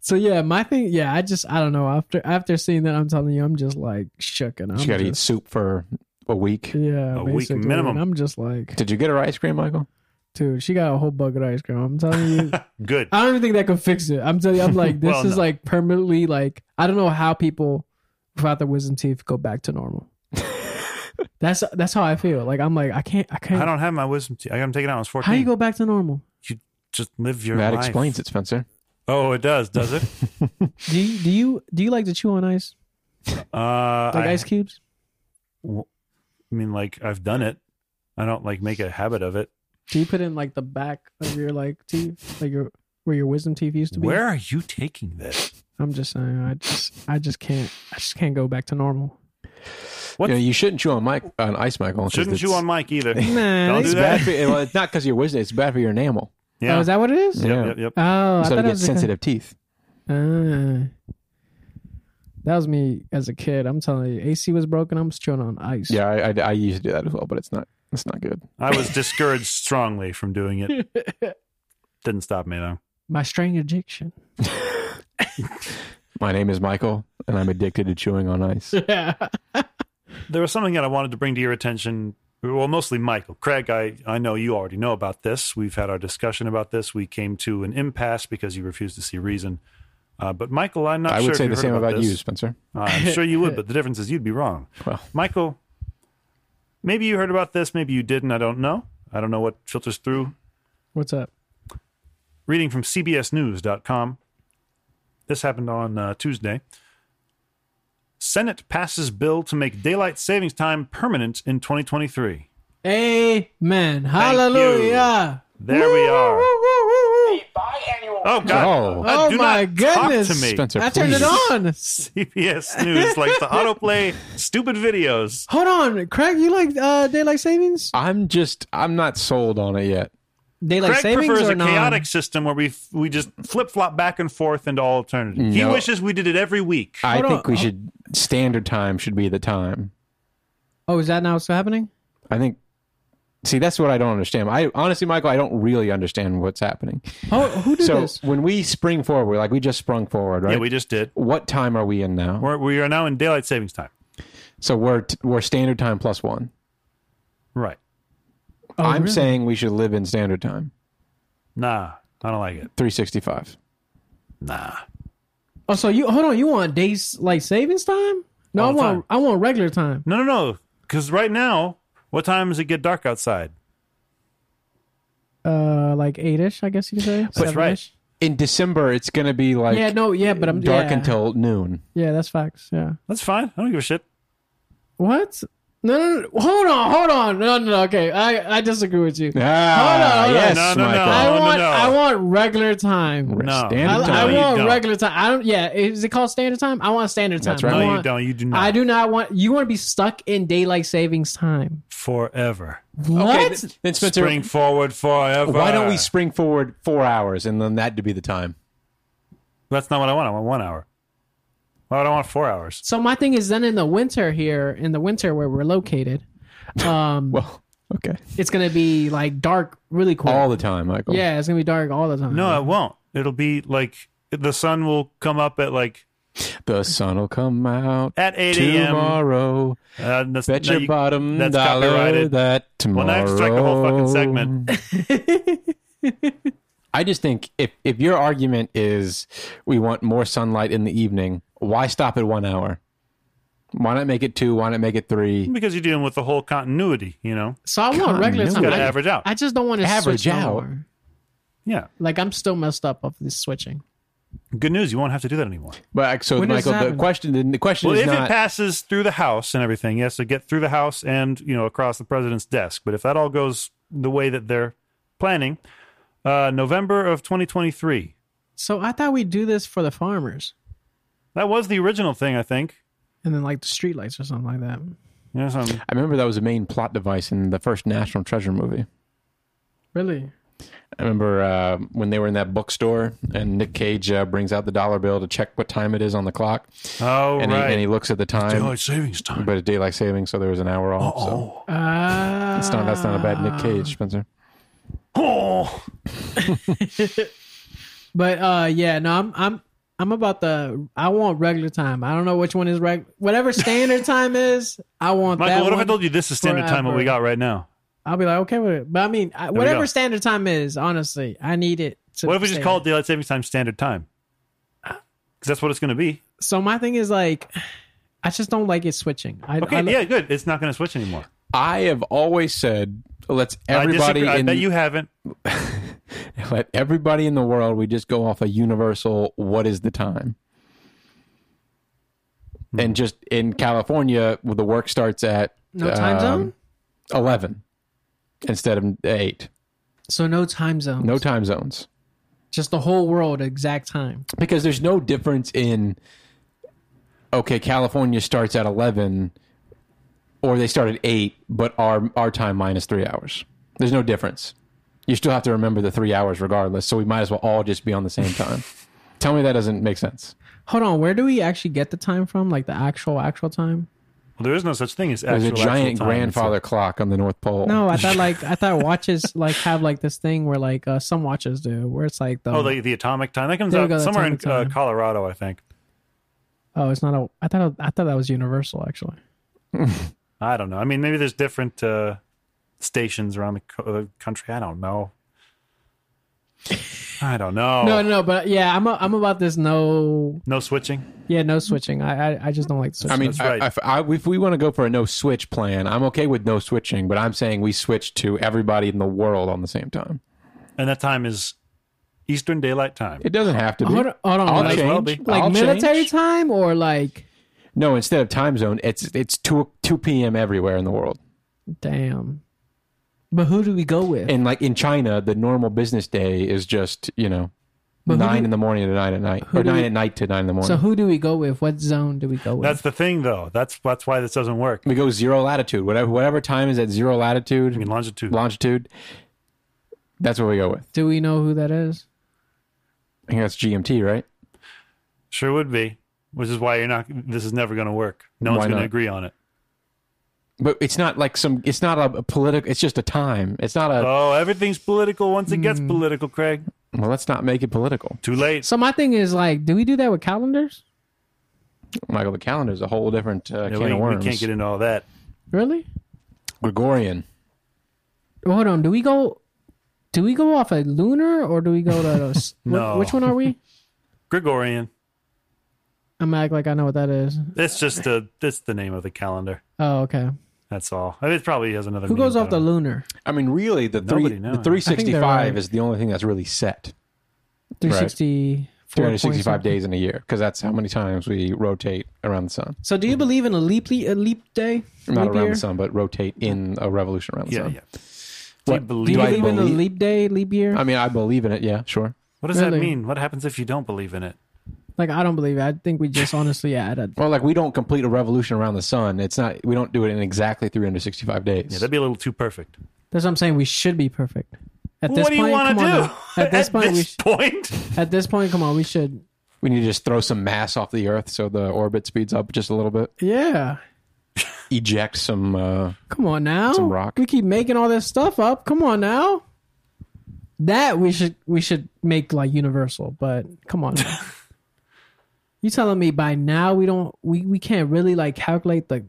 So yeah, my thing. Yeah, I just I don't know. After after seeing that, I'm telling you, I'm just like shook and I'm
She got to eat
just,
soup for a week.
yeah,
A week
basically.
minimum.
And I'm just like,
Did you get her ice cream, Michael?
dude, she got a whole bucket of ice cream. I'm telling you,
good.
I don't even think that could fix it. I'm telling you, I'm like, this
Well,
is
no.
like permanently like I don't know how people without their wisdom teeth go back to normal. that's that's how I feel. Like I'm like I can't I can't.
I don't have my wisdom teeth. I'm taking out. I was 14.
how you go back to normal?
You just live your
That
life.
explains it, Spencer.
Oh, it does, does it?
Do you, do you do you like to chew on ice
Uh,
like
I-
ice cubes?
Well, I mean, like I've done it. I don't like make a habit of it.
Do you put in like the back of your like teeth, like your where your wisdom teeth used to be?
Where are you taking this?
I'm just saying, I just, I just can't, I just can't go back to normal.
What-
You, know, you shouldn't chew on Mike on ice, Michael. 'cause
Shouldn't you
it's-
on Mike either.
Nah,
Don't do
it's
It's
that.
bad for well, it's not because of your wisdom. It's bad for your enamel.
Yeah.
Oh, is that what it is?
Yep,
Yeah.
yep, yep.
Oh, I thought
so to
it
get
was a-
sensitive teeth.
Ah. that was me as a kid. I'm telling you, AC was broken. I'm just chewing on ice.
Yeah, I, I, I used to do that as well, but it's not it's not good.
I was discouraged strongly from doing it. Didn't stop me though.
My string addiction.
My name is Michael, and I'm addicted to chewing on ice.
Yeah.
There was something that I wanted to bring to your attention. Well, mostly Michael. Craig, I, I know you already know about this. We've had our discussion about this. We came to an impasse because you refused to see reason. Uh, but Michael, I'm not
I
sure
would
if
say
you
the
heard
same
about
about
this. Uh,
you, Spencer.
I'm sure you would, but the difference is you'd be wrong.
Well.
Michael, maybe you heard about this, maybe you didn't. I don't know. I don't know what filters through.
What's up?
Reading from CBSNews.com. This happened on uh, Tuesday. Senate passes bill to make daylight savings time permanent in 2023.
Amen.
you.
Hallelujah.
There we are.
biannual
Oh God!
Oh.
Uh,
Oh,
do
my
not
goodness.
Talk to me.
Spencer,
I turned
please.
it on.
CBS News likes to autoplay stupid videos.
Hold on, Craig. You like uh, daylight savings?
I'm just I'm not sold on it yet.
Daylight
Craig
savings
prefers
or
a
non?
chaotic system where we we just flip flop back and forth into all alternative. He
No.
wishes we did it every week.
I
Hold
think
on.
we should standard time should be the time.
Oh, is that now what's happening?
I think. See, that's what I don't understand. I honestly, Michael, I don't really understand what's happening.
Oh, who did
So
this?
when we spring forward, like we just sprung forward, right?
Yeah, we just did.
what time are we in now?
We're, we are now in daylight savings time.
so we're t- we're standard time plus one.
Right?
Oh,
I'm
really?
saying we should live in standard time,
Nah, I don't like it.
three sixty five.
Nah.
Oh, so you hold on. You want days like savings time? No,
All
I
the
want I want regular time.
No, no, no. Because right now, what time does it get dark outside?
Uh, like eight ish, I guess you could say.
That's right.
Seven-ish.
In December, it's going to be like
yeah, no, yeah, but I'm
dark
yeah.
until noon.
Yeah, that's facts. Yeah.
That's fine. I don't give a shit.
What? No, no, no. Hold on, hold on. No, no, no. Okay, I I disagree with you.
Ah,
hold on.
yes,
No, no, no.
Michael.
I
Oh, no,
want
no.
I want regular time.
We're
No.
I,
standard
No,
I
time.
you
want
don't.
regular time. I don't. Yeah, is it called standard time? I want standard time.
That's
I
right.
No, you
want-
don't. You do not.
I do not want. You want to be stuck in daylight savings time?
forever.
What?
Okay, then Spencer,
Spring forward forever.
why don't we spring forward four hours and then that to be the time?
That's not what I want. I want one hour. Why would I want four hours?
so my thing is then in the winter here, in the winter where we're located, um,
Well, okay,
it's gonna be like dark really quick.
all the time, Michael.
yeah, it's gonna be dark all the time.
No, it won't. It'll be like the sun will come up at like
the sun will come out
at eight a.m.
tomorrow.
Uh, that's-
Bet
no,
your
you-
bottom
that's
dollar
copyrighted.
that
Well,
tomorrow.
now I have to strike the whole fucking segment.
I just think if if your argument is we want more sunlight in the evening, why stop at one hour? Why not make it two? Why not make it three?
Because you're dealing with the whole continuity, you know.
so I want regular
no.
time.
Got to
I-
average out.
I just don't want to
Average
switch no
out.
more.
yeah.
Like I'm still messed up of this switching.
Good news, you won't have to do that anymore.
But like, so,
When does
Michael,
this
the
happen?
question the question
Well,
is
if
not.
it passes through the House and everything, yes, to get through the House and you know across the president's desk. But if that all goes the way that they're planning, uh, November of 2023.
So I thought we'd do this for the farmers
That was the original thing, I think.
and then like the streetlights or something like that.
You know, some-
I remember that was a main plot device in the first National Treasure movie.
Really?
I remember uh, when they were in that bookstore and Nick Cage uh, brings out the dollar bill to check what time it is on the clock,
oh
and,
right, "Oh,
he, and he looks at the time,
daylight savings time.
but it's daylight savings, so there was an hour off. So
Uh,
that's not that's not a bad
Ah.
Nick Cage, Spencer.
Oh,
But uh, yeah, no, I'm I'm I'm about the. I want regular time. I don't know which one is reg. Whatever standard time is, I want
Michael,
that.
what if I
one.
told you this is standard time what we got
forever.
right now?
I'll be like okay with it. But I mean, I,
we go.
whatever standard time is, honestly, I need it. To
What if we just
stay.
call it daylight savings time standard time? Because that's what it's going to be.
So my thing is like, I just don't like it switching. I,
Okay,
I lo-
yeah, good. It's not going to switch anymore.
I have always said, let's
I,
everybody
disagree. I
in
bet you haven't.
let everybody in the world we just go off a universal what is the time
Hmm.
and just in california well, the work starts at
No time
um,
zone?
11 instead of eight.
So no time zone.
No time zones.
Just the whole world exact time.
because there's no difference in okay california starts at 11 or they start at 8 but our our timeline is three hours there's no difference you still have to remember the three hours regardless so we might as well all just be on the same time tell me that doesn't make sense
Hold on, where do we actually get the time from? Like the actual actual time?
Well, there is no such thing as
there's
actual,
a giant
actual time.
grandfather clock on the north pole
No, I thought like I thought watches like have like this thing where like uh, some watches do where it's like the
It's-
oh,
oh, the, the atomic time. That comes
There we
out
go, the
somewhere in
atomic
uh,
time.
Colorado, I think.
Oh, it's not a I thought I thought that was universal actually.
I don't know. I mean, maybe there's different uh, stations around the co- uh, country. I don't know. I don't
Oh.
know.
No, no, but yeah, I'm a, I'm about this no
No switching.
yeah no switching. I I, I just don't like switching.
I mean,
That's
I-
right.
if, I, if we want to go for a no switch plan, I'm okay with no switching, but I'm saying we switch to everybody in the world on the same time.
And that time is Eastern Daylight Time.
It doesn't have to be.
hold on, hold on
I'll
like,
as well
change.
be.
like
I'll
military
change.
time or like
No, instead of time zone, it's it's two two p.m. everywhere in the world.
damn. But who do we go with?
And like in China, the normal business day is just you know
But who
nine
do-
in the morning to nine at night,
who
or
do
nine
we-
at night to nine in the morning.
so who do we go with? What zone do we go with?
That's the thing, though. That's that's why this doesn't work. I
we go zero latitude, whatever whatever time is at zero latitude,
mean, longitude.
longitude. That's what we go with.
do we know who that is?
I think that's GMT, right?
Sure would be, which is why you're not. This is never going to work. No
Why
one's going
not?
to agree on it.
But it's not like some. It's not a, political. It's just a time. It's not a.
Oh, everything's political once it
Hmm.
gets political, Craig.
well, let's not make it political.
Too late.
So my thing is like, do we do that with calendars?
Michael, the calendar is a whole different uh,
Yeah,
can
we,
of
we
worms.
can't get into all that.
Really?
Gregorian.
Well, hold on. Do we go? Do we go off a lunar or do we go to those?
No.
Which one are we?
Gregorian.
I'm act like I know what that is.
It's just the that's the name of the calendar.
Oh, okay.
That's all. I mean, it probably has another.
Who goes
name,
off
but
the
I don't
lunar?
I mean, really, the
Nobody
three
knows.
the three sixty
uh,
right.
five is the only thing that's really set.
360.
365 days in a year because that's how many times we rotate around the sun.
So, do you believe in a leap le- a leap day?
Not
leap
around
year?
the sun, but rotate in a revolution around the
Yeah,
sun.
yeah.
What-
Do you believe-
Do you
do I
believe in a
believe-
leap day, leap year?
I mean, I believe in it. Yeah, sure.
What does that
Really?
mean? What happens if you don't believe in it?
like, I don't believe it. I think we just honestly add a.
Well, like we don't complete a revolution around the sun. It's not. We don't do it in exactly 365 days.
Yeah, that'd be a little too perfect.
That's what I'm saying. We should be perfect. At this
what do you
point,
want
come
to
on
do?
now. At this point, we sh-
point?
at this point, come on, we should.
we need to just throw some mass off the Earth so the orbit speeds up just a little bit.
Yeah.
Eject some. Uh,
Come on now.
Some rock.
We keep making all this stuff up. Come on now. That we should we should make like universal, but come on. now. you telling me by now we don't we we can't really like calculate the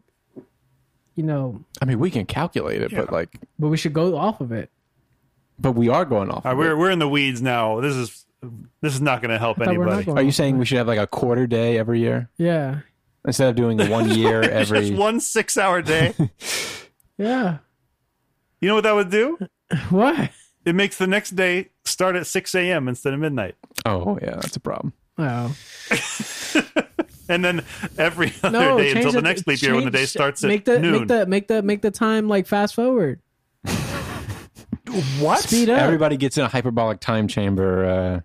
you know,
I mean, we can calculate it, but like,
but we should go off of it.
but we are going off.
All right,
of
we're
it.
we're in the weeds now. This is this is not going to help
thought we were not
anybody.
going-
Are you saying we should have like a quarter day every year
Yeah.
instead of doing the one year every?
Just one six-hour day.
Yeah.
you know what that would do?
What?
It makes the next day start at six a.m. instead of midnight,
Oh yeah, that's a problem.
Oh.
and then every other
No,
day
change
until the next leap year when the day
change-
starts at
make the,
noon.
Make the make the make the time like fast forward.
what?
Speed up.
Everybody gets in a hyperbolic time chamber uh,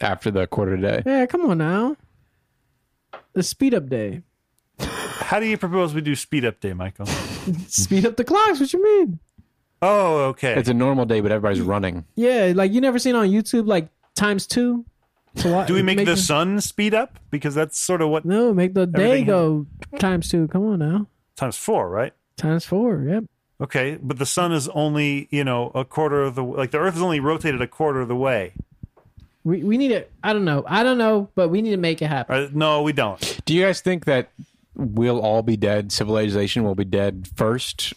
after the quarter day.
yeah, come on now. The speed up day.
How do you propose we do speed up day, Michael?
Speed up the clocks, what you mean?
Oh, okay.
It's a normal day, but everybody's running.
Yeah, like you never seen on YouTube like times two. So why,
Do we make, the
the-
sun speed up? Because that's sort of what
no make the day
Everything-
go times two? Come on now,
times four, right?
times four. Yep.
Okay, but the sun is only you know a quarter of the like the Earth is only rotated a quarter of the way.
We we need it. I don't know. I don't know, but we need to make it happen.
Uh, no, we don't.
Do you guys think that we'll all be dead? Civilization will be dead first,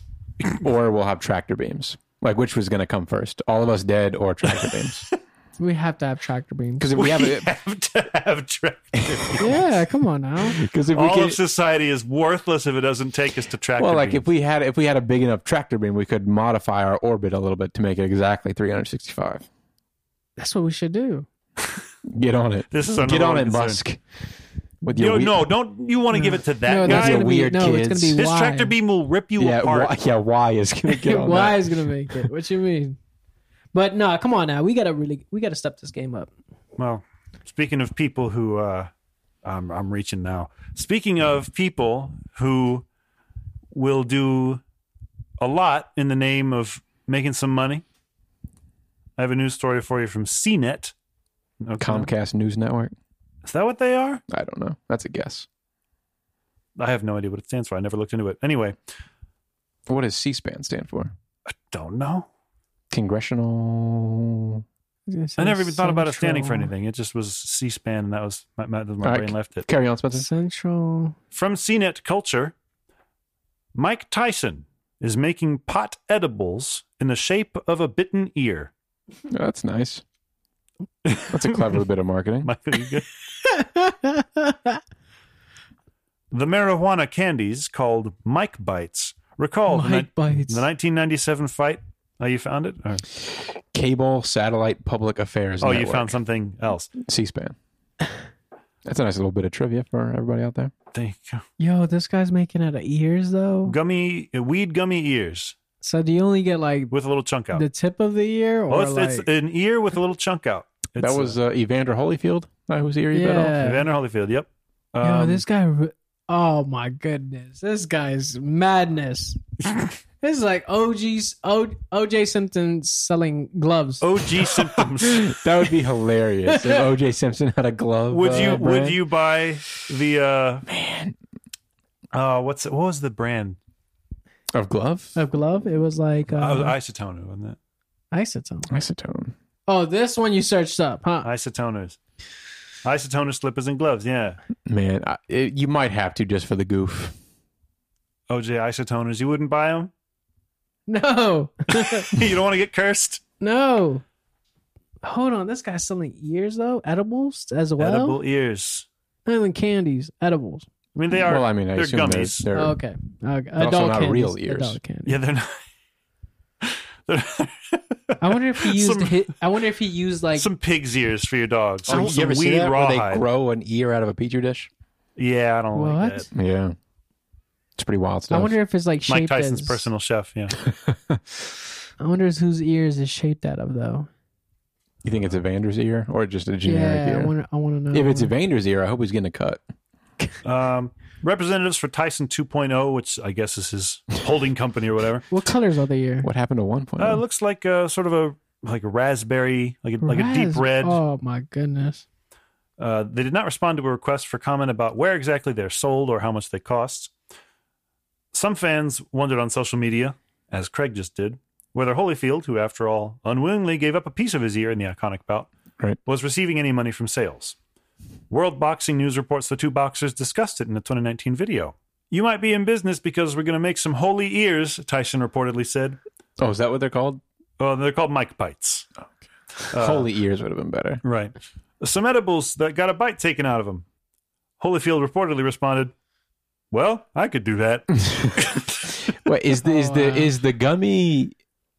or we'll have tractor beams? Like which was going to come first? All of us dead or tractor beams?
We have to have tractor beams.
Because if we have,
We
a
have to have tractor.
Yeah, come on now.
because if we
All
can,
of society is worthless if it doesn't take us to tractor.
well, like
beam.
if we had if we had a big enough tractor beam, we could modify our orbit a little bit to make it exactly 365.
That's what we should do.
Get on it.
This is our
Get
number
on
one
it,
concern.
Musk. With
Yo,
your whe-
no, don't you want to give it to that
no, that's
guy?
gonna be
Weird
no. It's
kids.
gonna be
This
why.
tractor beam will rip you
Yeah,
apart.
why, yeah. Why is gonna get on
why
that?
is gonna make it? What you mean? But no, come on now. We gotta really, we gotta step this game up.
Well, speaking of people who, uh, I'm, I'm reaching now. Speaking of people who will do a lot in the name of making some money, I have a news story for you from CNET. Okay.
Comcast News Network.
Is that what they are?
I don't know. That's a guess.
I have no idea what it stands for. I never looked into it. Anyway,
What does C-SPAN stand for?
don't know.
Congressional.
I never even thought about it standing for anything. It just was C-SPAN, and that was my, my, my
All right.
brain left it.
Carry on, Spencer.
Central.
From CNET Culture, Mike Tyson is making pot edibles in the shape of a bitten ear.
Oh, that's nice. That's a clever bit of marketing.
Michael, you good?
Mike
the marijuana candies called Mike Bites. Recall the, ni-
bites.
the 1997 fight. Oh, you found it? Or-
Cable Satellite Public Affairs.
oh, you
Network.
found something else.
C-SPAN. That's a nice little bit of trivia for everybody out there.
Thank you.
Yo, this guy's making out of ears though.
Gummy, weed gummy ears
So do you only get like
with a little chunk out.
the tip of the ear, or
Oh, it's,
like
it's an ear with a little chunk out. It's,
that was uh, Evander Holyfield. Uh, who's ear you bet off?
uh,
yeah?
Evander Holyfield. Yep.
Yo,
Um,
this guy. re- Oh my goodness, this guy's madness. this is like OG's o, OJ Simpson selling gloves.
OG symptoms.
That would be hilarious if OJ Simpson had a glove.
Would
uh,
you would
brand.
you buy the uh man? Uh, what's what was the brand?
of glove?
A glove. It was like
Uh,
uh,
Isotonu, wasn't it?
isotone.
Isotone.
Oh, this one you searched up, huh?
Isotoners, Isotoner slippers and gloves. Yeah,
Man, I, it, you might have to just for the goof.
OJ Isotoners. You wouldn't buy them.
No,
you don't want to get cursed.
no. Hold on, this guy's selling ears though, edibles as well,
Edible ears.
and then candies, edibles. Oh,
I mean, they are.
well, I mean, I
they're
assume
gummies.
they're, they're
okay, okay.
also
adult
not
candies,
real ears.
Adult candies.
yeah, they're not. they're
I wonder if he used.
Some-
hi- I wonder if he used like.
some pig's ears for your dog.
Oh,
Some,
you
some
ever see
weed
that where they
rawhide.
grow an ear out of a petri dish?
yeah, I don't like
What?
that.
Yeah, it's pretty wild
I
stuff.
wonder if it's like
Mike
shaped
Tyson's
as,
personal chef. Yeah,
I wonder if whose ears is shaped out of though.
you think it's Evander's ear or just a generic
yeah, I
ear?
want. I want to know.
if it's Evander's ear, I hope he's getting a cut.
um, representatives for Tyson 2.0, which I guess is his holding company or whatever.
what colors are the ear?
What happened to one point?
Uh, it looks like a sort of a like a raspberry, like a, like a deep
Raz-
red.
Oh my goodness!
Uh, they did not respond to a request for comment about where exactly they're sold or how much they cost. Some fans wondered on social media, as Craig just did, whether Holyfield, who after all unwillingly gave up a piece of his ear in the iconic bout,
Right.
was receiving any money from sales. World Boxing News reports the two boxers discussed it in a 2019 video. You might be in business because we're going to make some holy ears, Tyson reportedly said.
oh, is that what they're called?
Oh, they're called mic bites. Uh.
Holy ears would have been better.
Right. Some edibles that got a bite taken out of him. Holyfield reportedly responded, "Well, I could do that."
Wait, is the is
Oh,
the
wow.
is the gummy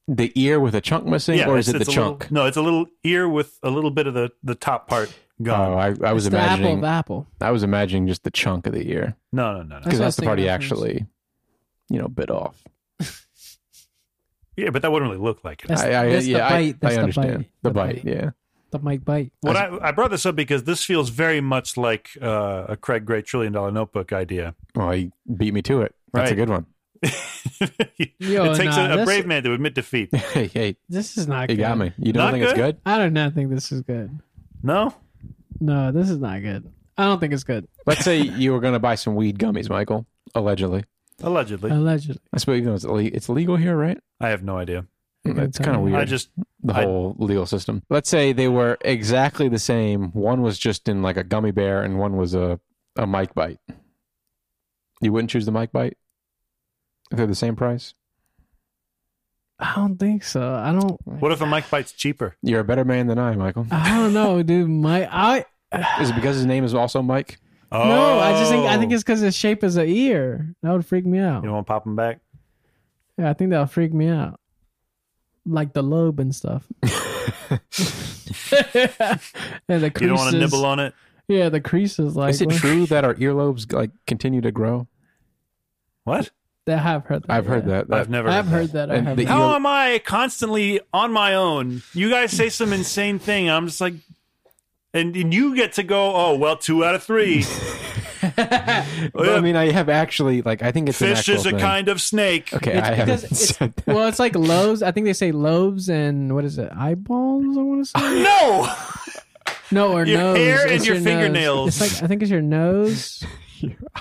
the ear with a chunk missing, or is it the
it's a
chunk?
Little, no, it's a little ear with a little bit of the the top part
Oh,
gone.
I, I was
It's the apple of
imagining.
apple.
I was imagining just the chunk of the ear
no, no, no, no.
That's
because
what I
that's
was
the part he
thinking at first.
actually, you know, bit off.
Yeah, but that wouldn't really look like it.
That's,
I, I,
that's
yeah,
the
I-
bite. That's
I, understand
the bite.
The, bite, Yeah,
The mic bite.
What I, I brought this up because this feels very much like uh, a Craig Gray trillion dollar notebook idea.
Well, he beat me to it. That's a
Right.
good one.
it takes
nah,
a, a
this-
brave man to admit defeat.
hey, hey,
This is not.
you
good.
got me. You don't
Not
think it's
good?
good?
I do not think this is good.
No,
No, this is not good. I don't think it's good.
Let's say you were going to buy some weed gummies, Michael. Allegedly, Uh,
allegedly,
Allegedly.
I suppose even though it's illegal, it's legal here, right?
I have no idea.
You're gonna
It's
tell
kind of
me.
weird.
I just
the
I-
whole legal system. Let's say they were exactly the same. One was just in like a gummy bear, and one was a a mic bite. You wouldn't choose the mic bite if they're the same price.
I don't think so. I don't.
what if a mic bite's cheaper?
You're a better man than I, Michael.
I don't know, dude. My I.
Is it because his name is also Mike?
Oh,
No, I just think I think it's because the shape is an ear. That would freak me out.
you want to pop them back.
Yeah, I think that'll freak me out. Like the lobe and stuff. and the
You don't want to
creases.
nibble on it.
Yeah, the crease is like.
Is it
what-
true that our earlobes like continue to grow?
What?
I have heard that.
I've heard
yeah.
that.
I've never.
I've heard that. I
And
have
the
heard
How
ear-
am I constantly on my own? You guys say some insane thing. I'm just like, and, and you get to go. Oh well, two out of three.
But, I mean, I have actually like I think it's an
Oh, Fish
actual
is a
thing.
kind of snake.
Okay, I
It's
haven't
because it's-
said that.
Well, it's like lobes. I think they say lobes and what is it? Eyeballs. I want to say
No,
no or
Your
nose.
hair
It's
and your
nose.
fingernails.
It's like I think it's your nose.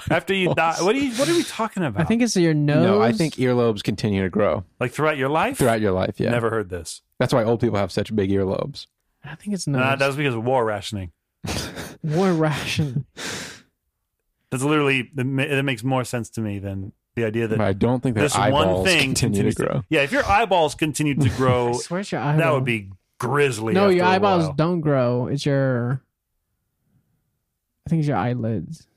after you die, what are you? What are we talking about?
I think it's your nose.
No, I think e- earlobes continue to grow
like throughout your life.
throughout your life. Yeah,
Never heard this.
That's why old people have such big earlobes.
I think it's
Nah,
nose.
that was because of war rationing.
More ration.
That's literally that ma- that makes more sense to me than the idea
But
that
I don't think their
this
eyeballs
one thing
continue to
continues
grow.
yeah, if your eyeballs continue to
I
grow,
swear it's your eyeball.
that would be grisly.
No,
after
your
a
eyeballs
while.
don't grow. It's your. I think it's your eyelids.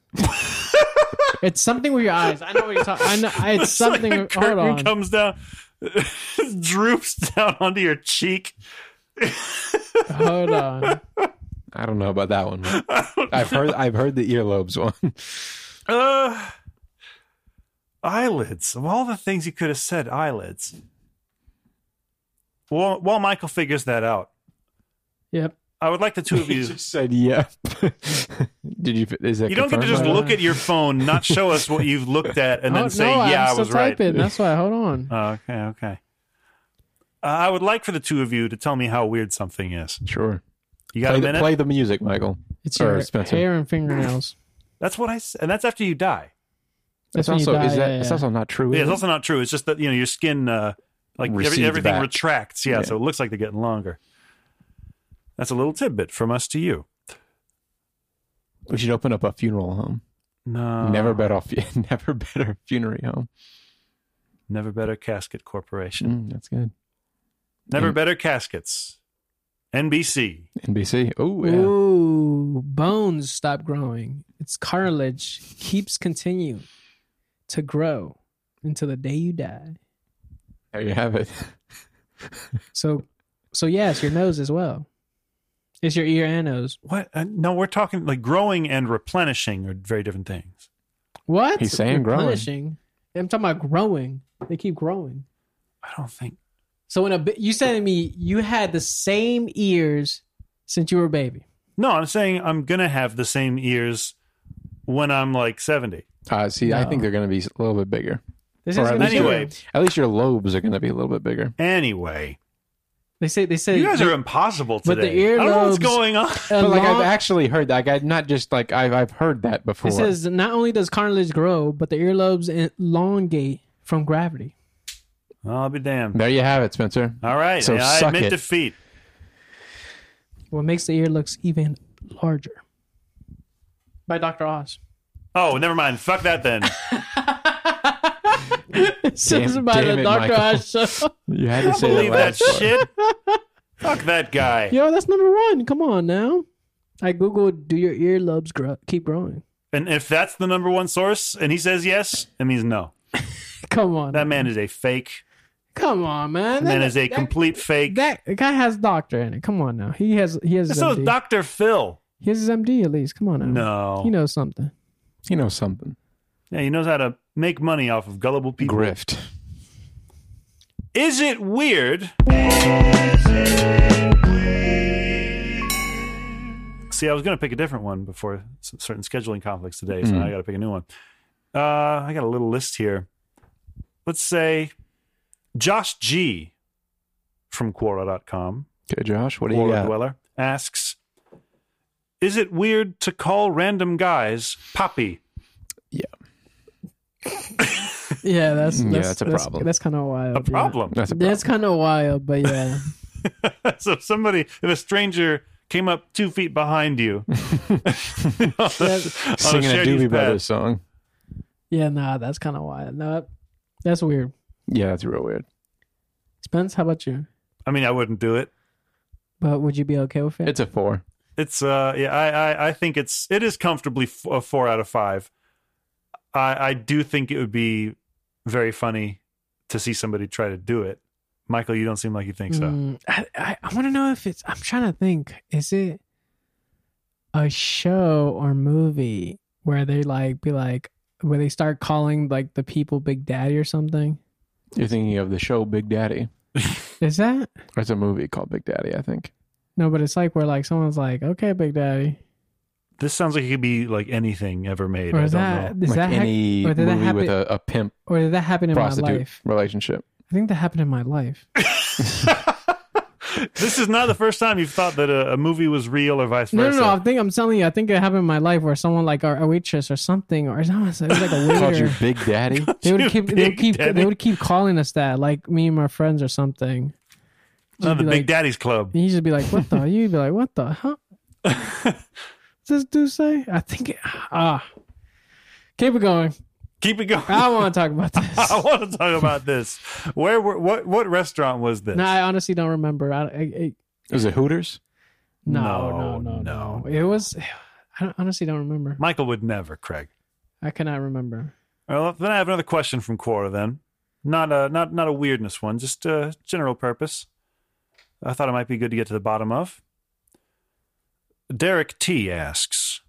it's something with your eyes. I know what you're talking. I know I- it's
It's like
something.
a
with- hold
curtain
on.
comes down, droops down onto your cheek.
Hold on.
I don't know about that one. but I've heard I've heard the earlobes one.
Uh, eyelids. Of all the things you could have said, eyelids. While, while Michael figures that out,
Yep.
I would like the two of
He
you.
just said yeah. Did you? Is that
You don't get to
confirmed?
just
Confirm.
look at your phone, not show us what you've looked at, and
Oh,
then say, "Yeah,
no, I'm
I
still
was right."
typing. That's why. Hold on.
Oh, okay, okay. Uh, I would like for the two of you to tell me how weird something is.
Sure.
You got
Play
a
the,
minute?
play the music, Michael.
It's
Or
your
Spencer.
hair and fingernails.
That's what I s- and that's after you die.
That's
It's
when you
also
die,
is that
yeah,
it's
yeah.
also not true.
Yeah,
is
it's
it?
also not true. It's just that you know your skin, uh, like every-
Recedes
everything
back.
retracts. Yeah,
Yeah.
so it looks like they're getting longer. That's a little tidbit from us to you.
we should open up a funeral home.
No,
never better, fu- never better funerary home.
never better casket corporation.
Mm, that's good.
Never
Mm.
better caskets. NBC.
NBC. Oh yeah.
Ooh, bones stop growing. Its cartilage keeps continue to grow until the day you die.
There you have it.
So, so yes, your nose as well. It's your ear and nose.
What? Uh, no, we're talking like growing and replenishing are very different things.
What?
He's saying growing.
Replenishing. I'm talking about growing. They keep growing.
I don't think.
So when a ba- you said to me, you had the same ears since you were a baby.
No, I'm saying I'm gonna have the same ears when I'm like 70.
Uh, see, I
No.
think they're going to be a little bit bigger.
This
Or
is
at
gonna
least-
be
Anyway.
true.
At least your lobes are going to be a little bit bigger.
Anyway,
They say they say
you guys are impossible
But the
today. I don't know what's
earlobes-
going on.
But like I've
long-
actually heard that. Like, I've not just like I've I've heard that before.
It says not only does cartilage grow, but the earlobes elongate from gravity.
I'll be damned.
there you have it, Spencer.
All right,
So
I
suck
admit
it.
defeat.
What makes the ear looks even larger. By Dr. Oz.
Oh, never mind. Fuck that then.
It says
Damn-
by
damn
the
it,
Dr.
Michael.
Oz show.
You had to say
Believe
that,
that
last part.
shit. Fuck that guy.
Yo, that's number one. Come on now. I googled, do your earlobes grow- keep growing?
And if that's the number one source, and he says yes, it means no.
Come on.
That man is a fake.
Come on, man.
That man is a
that,
complete fake.
that guy has doctor in it. Come on now. He has he has his
so
MD.
Doctor Phil.
he has his MD at least. Come on now.
No,
He knows something.
You know something.
yeah, he knows how to make money off of gullible people.
Grift.
Is it weird? See, I was going to pick a different one before s- certain scheduling conflicts today,
Hmm.
so now I got to pick a new one. Uh, I got a little list here. Let's say Josh G from Quora.com,
Okay, Josh. What do you
Quora
got?
Dweller, asks Is it weird to call random guys Poppy?
Yeah, that's, that's
Yeah, that's a problem.
That's kind of wild.
A
yeah.
problem.
That's a problem.
That's kind of wild, but yeah.
so, if somebody, if a stranger came up two feet behind you,
That-
on
Singing a
shared youth
Doobie
path.
Brothers song.
yeah, nah, that's kind of wild. No, that's weird.
Yeah, that's real weird.
Spence, how about you?
I mean, I wouldn't do it.
But would you be okay with it?
It's a four.
It's uh, yeah, I I, I think it's it is comfortably f- a four out of five. I I do think it would be very funny to see somebody try to do it. Michael, you don't seem like you think so.
Mm, I, I, I want to know if it's. I'm trying to think. Is it? a show or movie where they like be like where they start calling like the people Big Daddy or something?
You're thinking of the show Big Daddy.
Is that
There's a movie called Big Daddy, I think.
no? But it's like where like someone's like, okay, Big Daddy,
This sounds like it could be like anything ever made.
or
I
is
don't
that
know.
is
like
that hap-
any
or did that
movie with
happen-
a, a pimp
or did that happen in my
prostitute
life?
relationship.
I think that happened in my life.
This is not the first time you've thought that a, a movie was real or vice
No,
versa.
no, no. I think I'm telling you. I think it happened in my life where someone like or a waitress or something or someone it was like a
Called you
waiter.
Big Daddy.
They would keep they
Big
would keep
Daddy.
they would keep calling us that, like me and my friends or something.
It's not the
You'd be
Big
like-
Daddy's Club.
And you just be like, "What the?" You'd be like, "What the? Huh?" What's this dude say? I think it- ah. Keep it going.
Keep it going.
I want to talk about
I
this.
want to talk about this. Where were what what restaurant was this?
no, I honestly don't remember. I, I, I,
Was it Hooters?
no,
No,
no, no,
no,
no, It was. I don't- honestly don't remember.
Michael would never, Craig.
I cannot remember.
Well, then I have another question from Quora. Then, not a not not a weirdness one, just a general purpose. I thought it might be good to get to the bottom of. Derek T asks,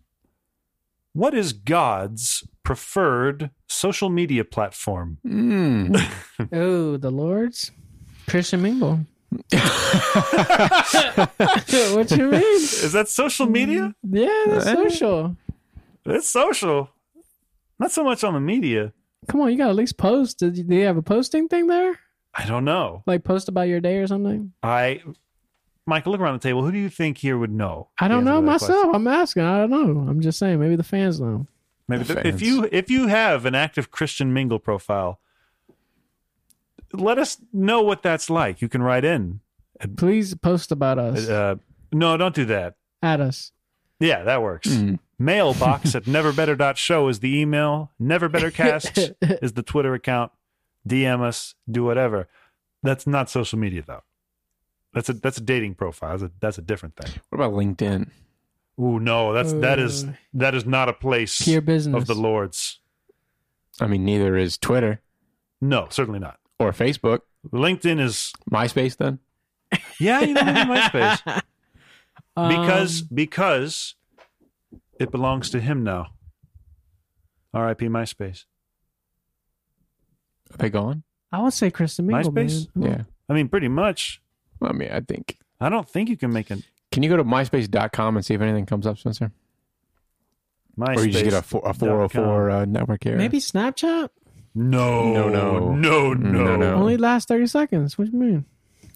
"What is God's preferred social media platform?"
Mm.
Oh, the Lord's Christian Mingle. what you mean?
Is that social media?
Yeah, that's
Eh?
social.
It's social. Not so much on the media.
Come on, you got to at least post. Did you, do you have a posting thing there?
I don't know.
Like post about your day or something?
I, Michael, look around the table. Who do you think here would know?
I don't
the answer
know
to that
myself.
question?
I'm asking. I don't know. I'm just saying. Maybe the fans know.
Maybe
The
th- if
fans.
you if you have an active Christian mingle profile, let us know what that's like. You can write in.
Please post about us
Uh, no, don't do that.
at us.
Yeah, that works.
Hmm.
Mm.
Mailbox at neverbetter.show is the email. Neverbettercast is the Twitter account. DM us, do whatever. That's not social media though. That's a that's a dating profile. That's a, that's a different thing.
What about LinkedIn?
Ooh, no, that's that is
Ooh.
that is not a place
Pure Uh, business.
of the Lord's.
I mean, neither is Twitter
No, certainly not.
or Facebook.
LinkedIn is
MySpace, then?
yeah, you know, maybe MySpace.
Um,
because because it belongs to him now. R.I.P. MySpace.
Are they gone?
I would say Kristen Mingle.
MySpace?
man.
Yeah.
I mean, pretty much.
I mean, I think.
I don't think you can make a
Can you go to myspace.com and see if anything comes up, Spencer?
MySpace.
Or you just get a, four, a 404 uh, network error?
Maybe Snapchat.
no,
No, no.
no, no,
No,
Oh.
no.
Only lasts thirty seconds. What do you mean?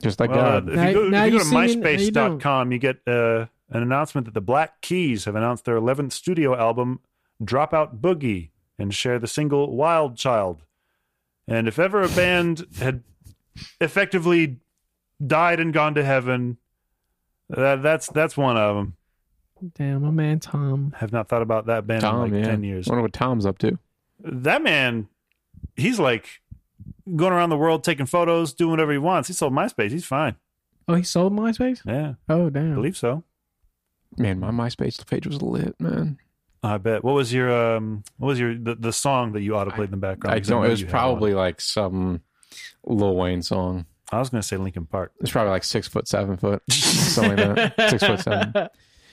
Just like
Well, uh,
God.
if
Now-
you go, if
now
you
you
go to
see me- now you don't.
myspace.com, you get uh, an announcement that the Black Keys have announced their 11th studio album, Dropout Boogie, and share the single Wild Child. And if ever a band had effectively died and gone to heaven, that, that's that's one of them.
Damn, my man Tom.
Have not thought about that band
Tom,
in like
yeah.
10 years.
wonder what Tom's up to.
That man, he's like going around the world taking photos, doing whatever he wants. He sold MySpace. He's fine.
Oh, he sold MySpace.
Yeah,
Oh,
I
damn.
believe so.
Man, my MySpace page was lit, man.
I bet. What was your um? What was your the, the song that you auto played in the background?
I
Because
don't.
know
It was
you had
probably like some Lil Wayne song.
one. I was going to say Lincoln Park.
It's probably like six foot, seven foot, something like that. Six foot seven.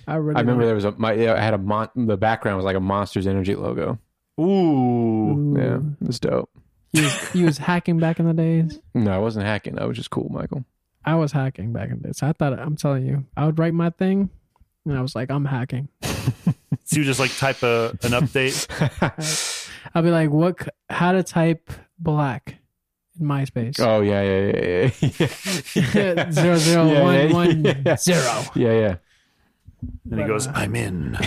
I really.
I remember
don't-
there was a my. I had a mon. The background was like a Monsters Energy logo.
Ooh,
Ooh.
Yeah, it's dope.
He was, he was hacking back in the days.
No, I wasn't hacking. I was just cool, Michael.
I was hacking back in the days. I thought I'm telling you, I would write my thing, and I was like, I'm hacking.
so you just like type a an update.
I'll be like, what? c- How to type black in MySpace?
Oh yeah, yeah, yeah, yeah, yeah. yeah.
Zero zero
Yeah,
one
yeah,
one
yeah.
zero.
Yeah, yeah.
And he goes, "I'm in."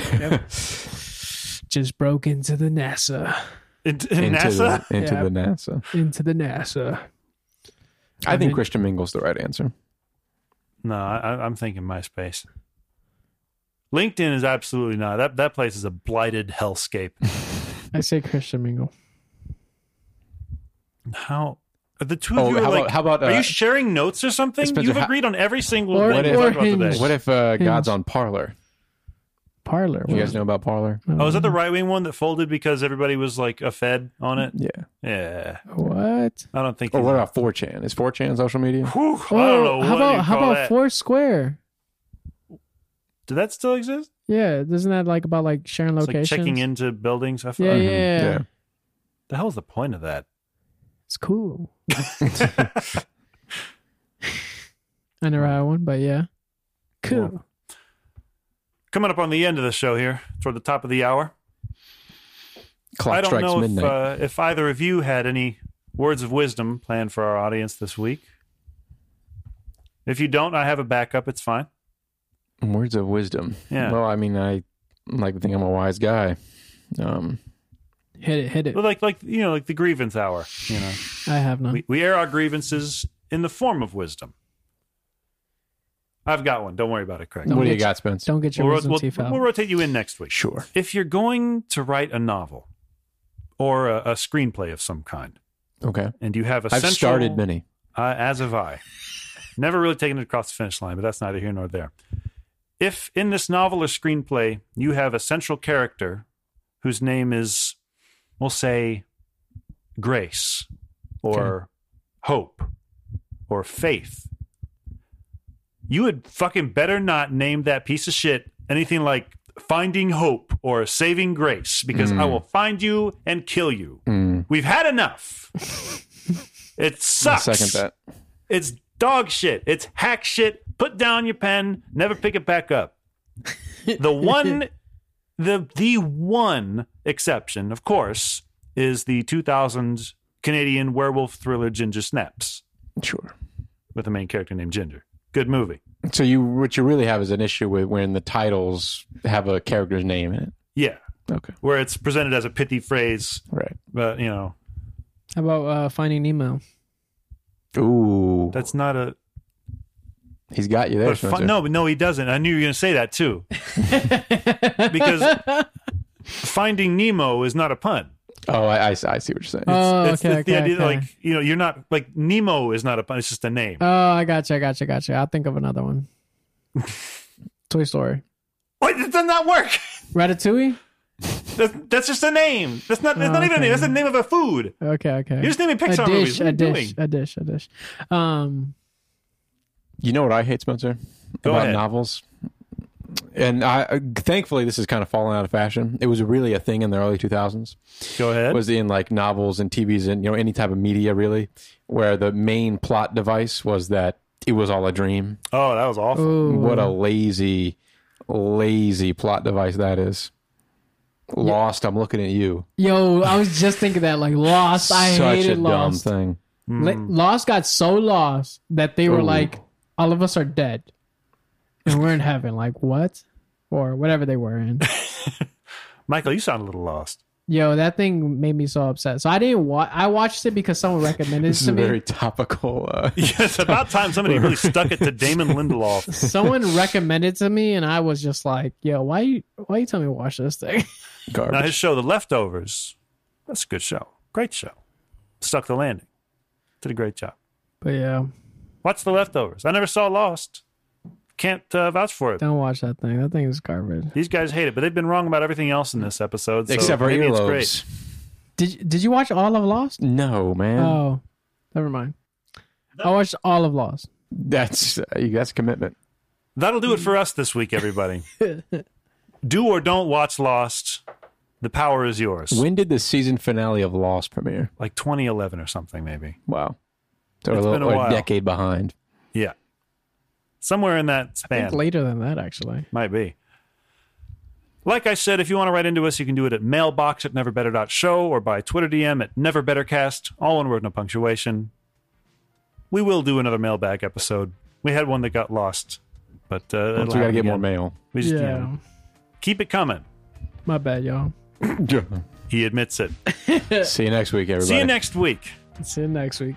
Just broke into the NASA.
In, in
Into
NASA.
the into
Yeah.
the NASA.
Into the NASA.
I, think
mean-
Christian Mingle's the right answer.
No, I, I'm thinking MySpace. LinkedIn is absolutely not. That that place is a blighted hellscape.
I say Christian Mingle.
How the two of
Oh,
you are
how
like?
about how about
are
uh,
you sharing notes or something?
Spencer,
You've
how-
agreed on every single
Or-
thing we
or
talked about
Hinge.
today.
what if uh,
Hinge.
God's on Parlor?
Parlor.
You guys know about Parlor?
Oh, is that the right wing one that folded because everybody was like a fed on it?
Yeah.
Yeah,
Uh, what?
I don't think.
Or
you-
Oh, what about 4chan? Is 4chan social media?
Whew, I don't
Oh,
know
how
what
about
you
how
call
about
that.
Foursquare?
Did that still exist?
Yeah, isn't that like about like sharing
It's like
locations?
checking into buildings. I
Yeah,
thought-
yeah, yeah.
Mm-hmm. Yeah.
The hell is the point of that?
It's cool. I never had one, but yeah, cool.
Coming up on the end of the show here, toward the top of the hour.
Clock
I don't
strikes
know if,
midnight.
uh, if either of you had any words of wisdom planned for our audience this week. If you don't, I have a backup. It's fine.
Words of wisdom.
Yeah.
Well, I mean, I like to think I'm a wise guy. Um,
Hit it, hit it.
Well, like like you know, like the grievance hour. You know,
I have none.
we, we air our grievances in the form of wisdom. I've got one. Don't worry about it, Craig.
Don't
what do
get
you got, Spence?
Don't get your
We'll, ro-
wisdom
we'll-
teeth out.
we'll rotate you in next week.
Sure.
If you're going to write a novel or a, a screenplay of some kind,
Okay.
and you have a
I've
central,
started many.
Uh, as have I. Never really taken it across the finish line, but that's neither here nor there. If in this novel or screenplay you have a central character whose name is, we'll say, Grace or Hope or Faith, you had fucking better not name that piece of shit anything like Finding Hope or Saving Grace because I will find you and kill you.
Mm,
We've had enough. it
I
sucks.
second that.
It's dog shit. It's hack shit. Put down your pen. Never pick it back up. The one, the the one exception, of course, is the 2000 Canadian werewolf thriller Ginger Snaps
Sure.
with a main character named Ginger. Good movie.
So you, what you really have is an issue with when the titles have a character's name in it.
Yeah,
Okay.
where it's presented as a pithy phrase,
Right.
but you know
How about uh, Finding Nemo?
Ooh.
that's not a.
He's got you there.
But fi-
Spencer.
no, but no, he doesn't. I knew you were going to say that too, because Finding Nemo is not a pun.
Oh, I, I, see- I see what you're saying.
oh,
it's,
okay,
it's the
okay,
idea that,
okay.
like you know you're not like Nemo is not a pun. It's just a name.
Oh, I gotcha, I gotcha, I gotcha. I'll think of another one. Toy Story.
Wait, that does not work.
Ratatouille?
That's, that's just a name. That's not. That's
Oh,
not even a name.
okay.
That's the name of a food.
Okay, okay.
You're just naming
a
Pixar
dish,
movies. What
a
are you
dish,
doing?
a dish, a dish. Um,
You know what I hate, Spencer?
Go
about
ahead.
novels. And I thankfully this has kind of fallen out of fashion. It was really a thing in the early 2000s.
Go ahead.
Was in like novels and TVs and you know any type of media really where the main plot device was that it was all a dream.
oh, that was awful.
ooh.
What
Mm.
a lazy lazy plot device that is. Lost, I'm looking at you.
Yo, I was just thinking that. Like Lost, I
Such a
hated
dumb
Lost.
thing.
La- Lost got so lost that they were
Hmm. Ooh.
like, all of us are dead, and we're in heaven. Like what? Or whatever they were in.
Michael, you sound a little lost.
Yo, that thing made me so upset. So I didn't watch. I watched it because someone recommended it
This is
to
a
me.
very topical. Uh,
Yes, about time somebody really stuck it to Damon Lindelof.
someone recommended to me, and I was just like, "Yo, why you why you tell me to watch this thing?"
Now his
garbage.
show, The Leftovers, that's a good show. Great show. Stuck the landing. Did a great job.
But yeah,
Watch The Leftovers. I never saw Lost. Can't uh, vouch for it.
don't watch that thing. That thing is garbage.
These guys hate it, but they've been wrong about everything else in this episode. So
Except for
maybe it's great.
earlobes.
Did Did you watch all of Lost?
No, man.
Oh, never mind. I watched all of Lost.
That's uh, that's commitment.
That'll do it for us this week, everybody. do or don't watch Lost. The power is yours.
When did the season finale of Lost premiere?
Like 2011 or something, maybe.
Wow. So
It's
a
been a
little, or
while.
a decade behind.
Yeah. Somewhere in that
I think
span.
later than that, actually.
Might be. Like I said, if you want to write into us, you can do it at mailbox at neverbetter.show or by Twitter DM at neverbettercast, all one word, no punctuation. We will do another mailbag episode. We had one that got lost, but uh,
So we
it'll
got to
happen
get more
again.
mail.
We just,
Yeah,
you know, keep it coming.
my bad, y'all.
He admits it.
See you next week, everybody.
See you next week.
See you next week.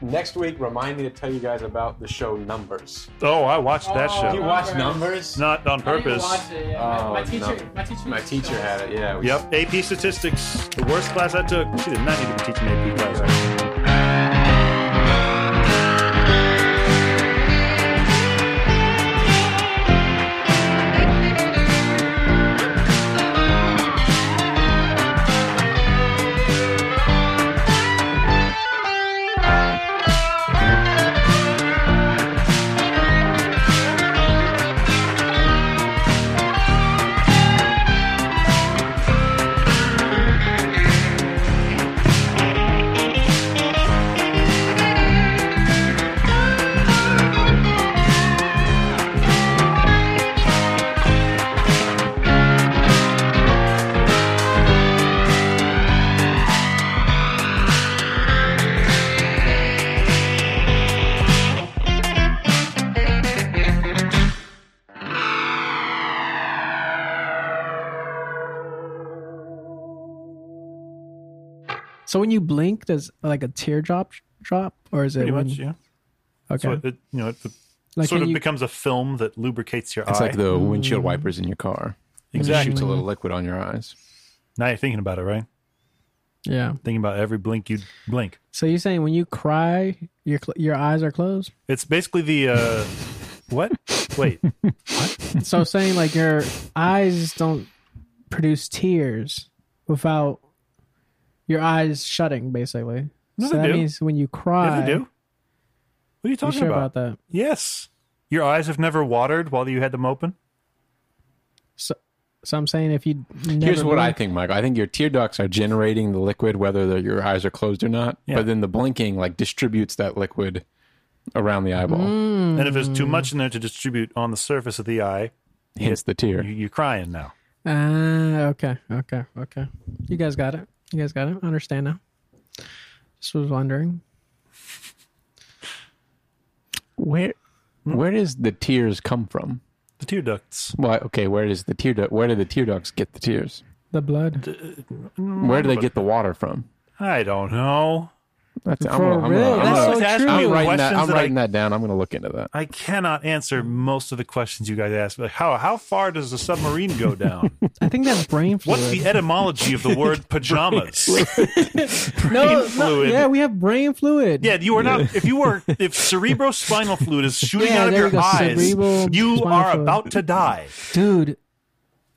next week. Remind me to tell you guys about the show Numbers.
Oh, I watched that
Oh,
show.
you
watch Numbers?
Not on purpose.
Oh, My teacher- no.
my teacher,
it. Yeah. we-
Yep. AP statistics. The worst class I took. She did not need to be teaching AP class. actually.
So when you blink, does like a teardrop drop, or is it
Pretty
when-
much, yeah.
okay?
So it, you know, it
Like
sort
when
of
you-
becomes a film that lubricates your
It's
eye.
like the windshield wipers in your car. And It
Exactly.
shoots a little liquid on your eyes.
now you're thinking about it, right?
yeah.
Thinking about every blink you blink.
So you're saying when you cry, your cl- your eyes are closed.
It's basically the uh, what? Wait,
So saying like your eyes don't produce tears without your eyes shutting, basically.
No,
so
they
that
do.
means when you cry,
yeah, they do. What are you
you
talking
sure
about?
about that?
Yes, your eyes have never watered while you had them open.
So, so I'm saying if you never
Here's what I
blink-
think, Michael. I think your tear ducts are generating the liquid, whether the- your eyes are closed or not.
Yeah.
But then the blinking like distributes that liquid around the eyeball.
And if there's too much in there to distribute on the surface of the eye,
Hence the tear.
you, you're crying now.
Ah, okay, okay, okay. You guys got it. You guys got it. I understand now. Just was wondering.
Where where does the tears come from?
The tear ducts.
Well, okay, where does the tear duct where do the tear ducts get the tears?
The blood.
Where do they get the water from?
I don't know.
That's I'm,
For
gonna- I'm,
real?
gonna- I'm
That's
gonna-
so
Ask me
true.
I'm writing, that,
questions
I'm
that I-
writing that down. I'm going to look into that.
I cannot answer most of the questions you guys ask. Like how how far does the submarine go down?
I think that's brain fluid.
What's the etymology of the word pajamas?
no,
fluid?
Yeah, we have brain fluid.
Yeah, you are not. If you are, if cerebrospinal fluid is shooting
Yeah,
out of
there
your
you go,
eyes,
cerebral
you
spinal
are
fluid.
about to die.
dude.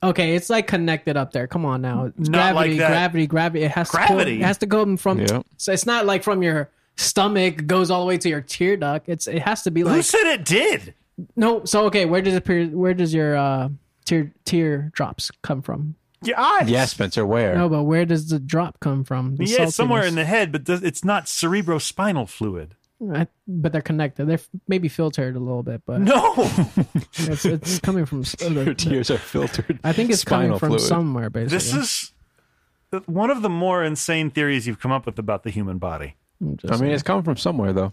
Okay, it's like connected up there. Come on now. It's
Not
gravity,
like that.
gravity, gravity. It has To
Gravity?
go, it has to go from.
Yeah.
So it's not like from your stomach goes all the way to your tear duct. It's it has to be
Who
like
said it did?
no. So okay, where does it appear? Where does your uh, tear tear drops come from?
Your eyes.
Yeah, Spencer, where?
No, but where does the drop come from? The
Yeah, it's somewhere
saltiness.
in the head, but does- it's not cerebrospinal fluid.
I, but they're connected. They're f- maybe filtered a little bit, but
No,
it's, it's coming from. s-
Your tears are filtered.
I think it's coming
spinal
from
fluid.
somewhere. Basically,
this is uh, one of the more insane theories you've come up with about the human body.
I'm just-
I mean, it's coming from somewhere though.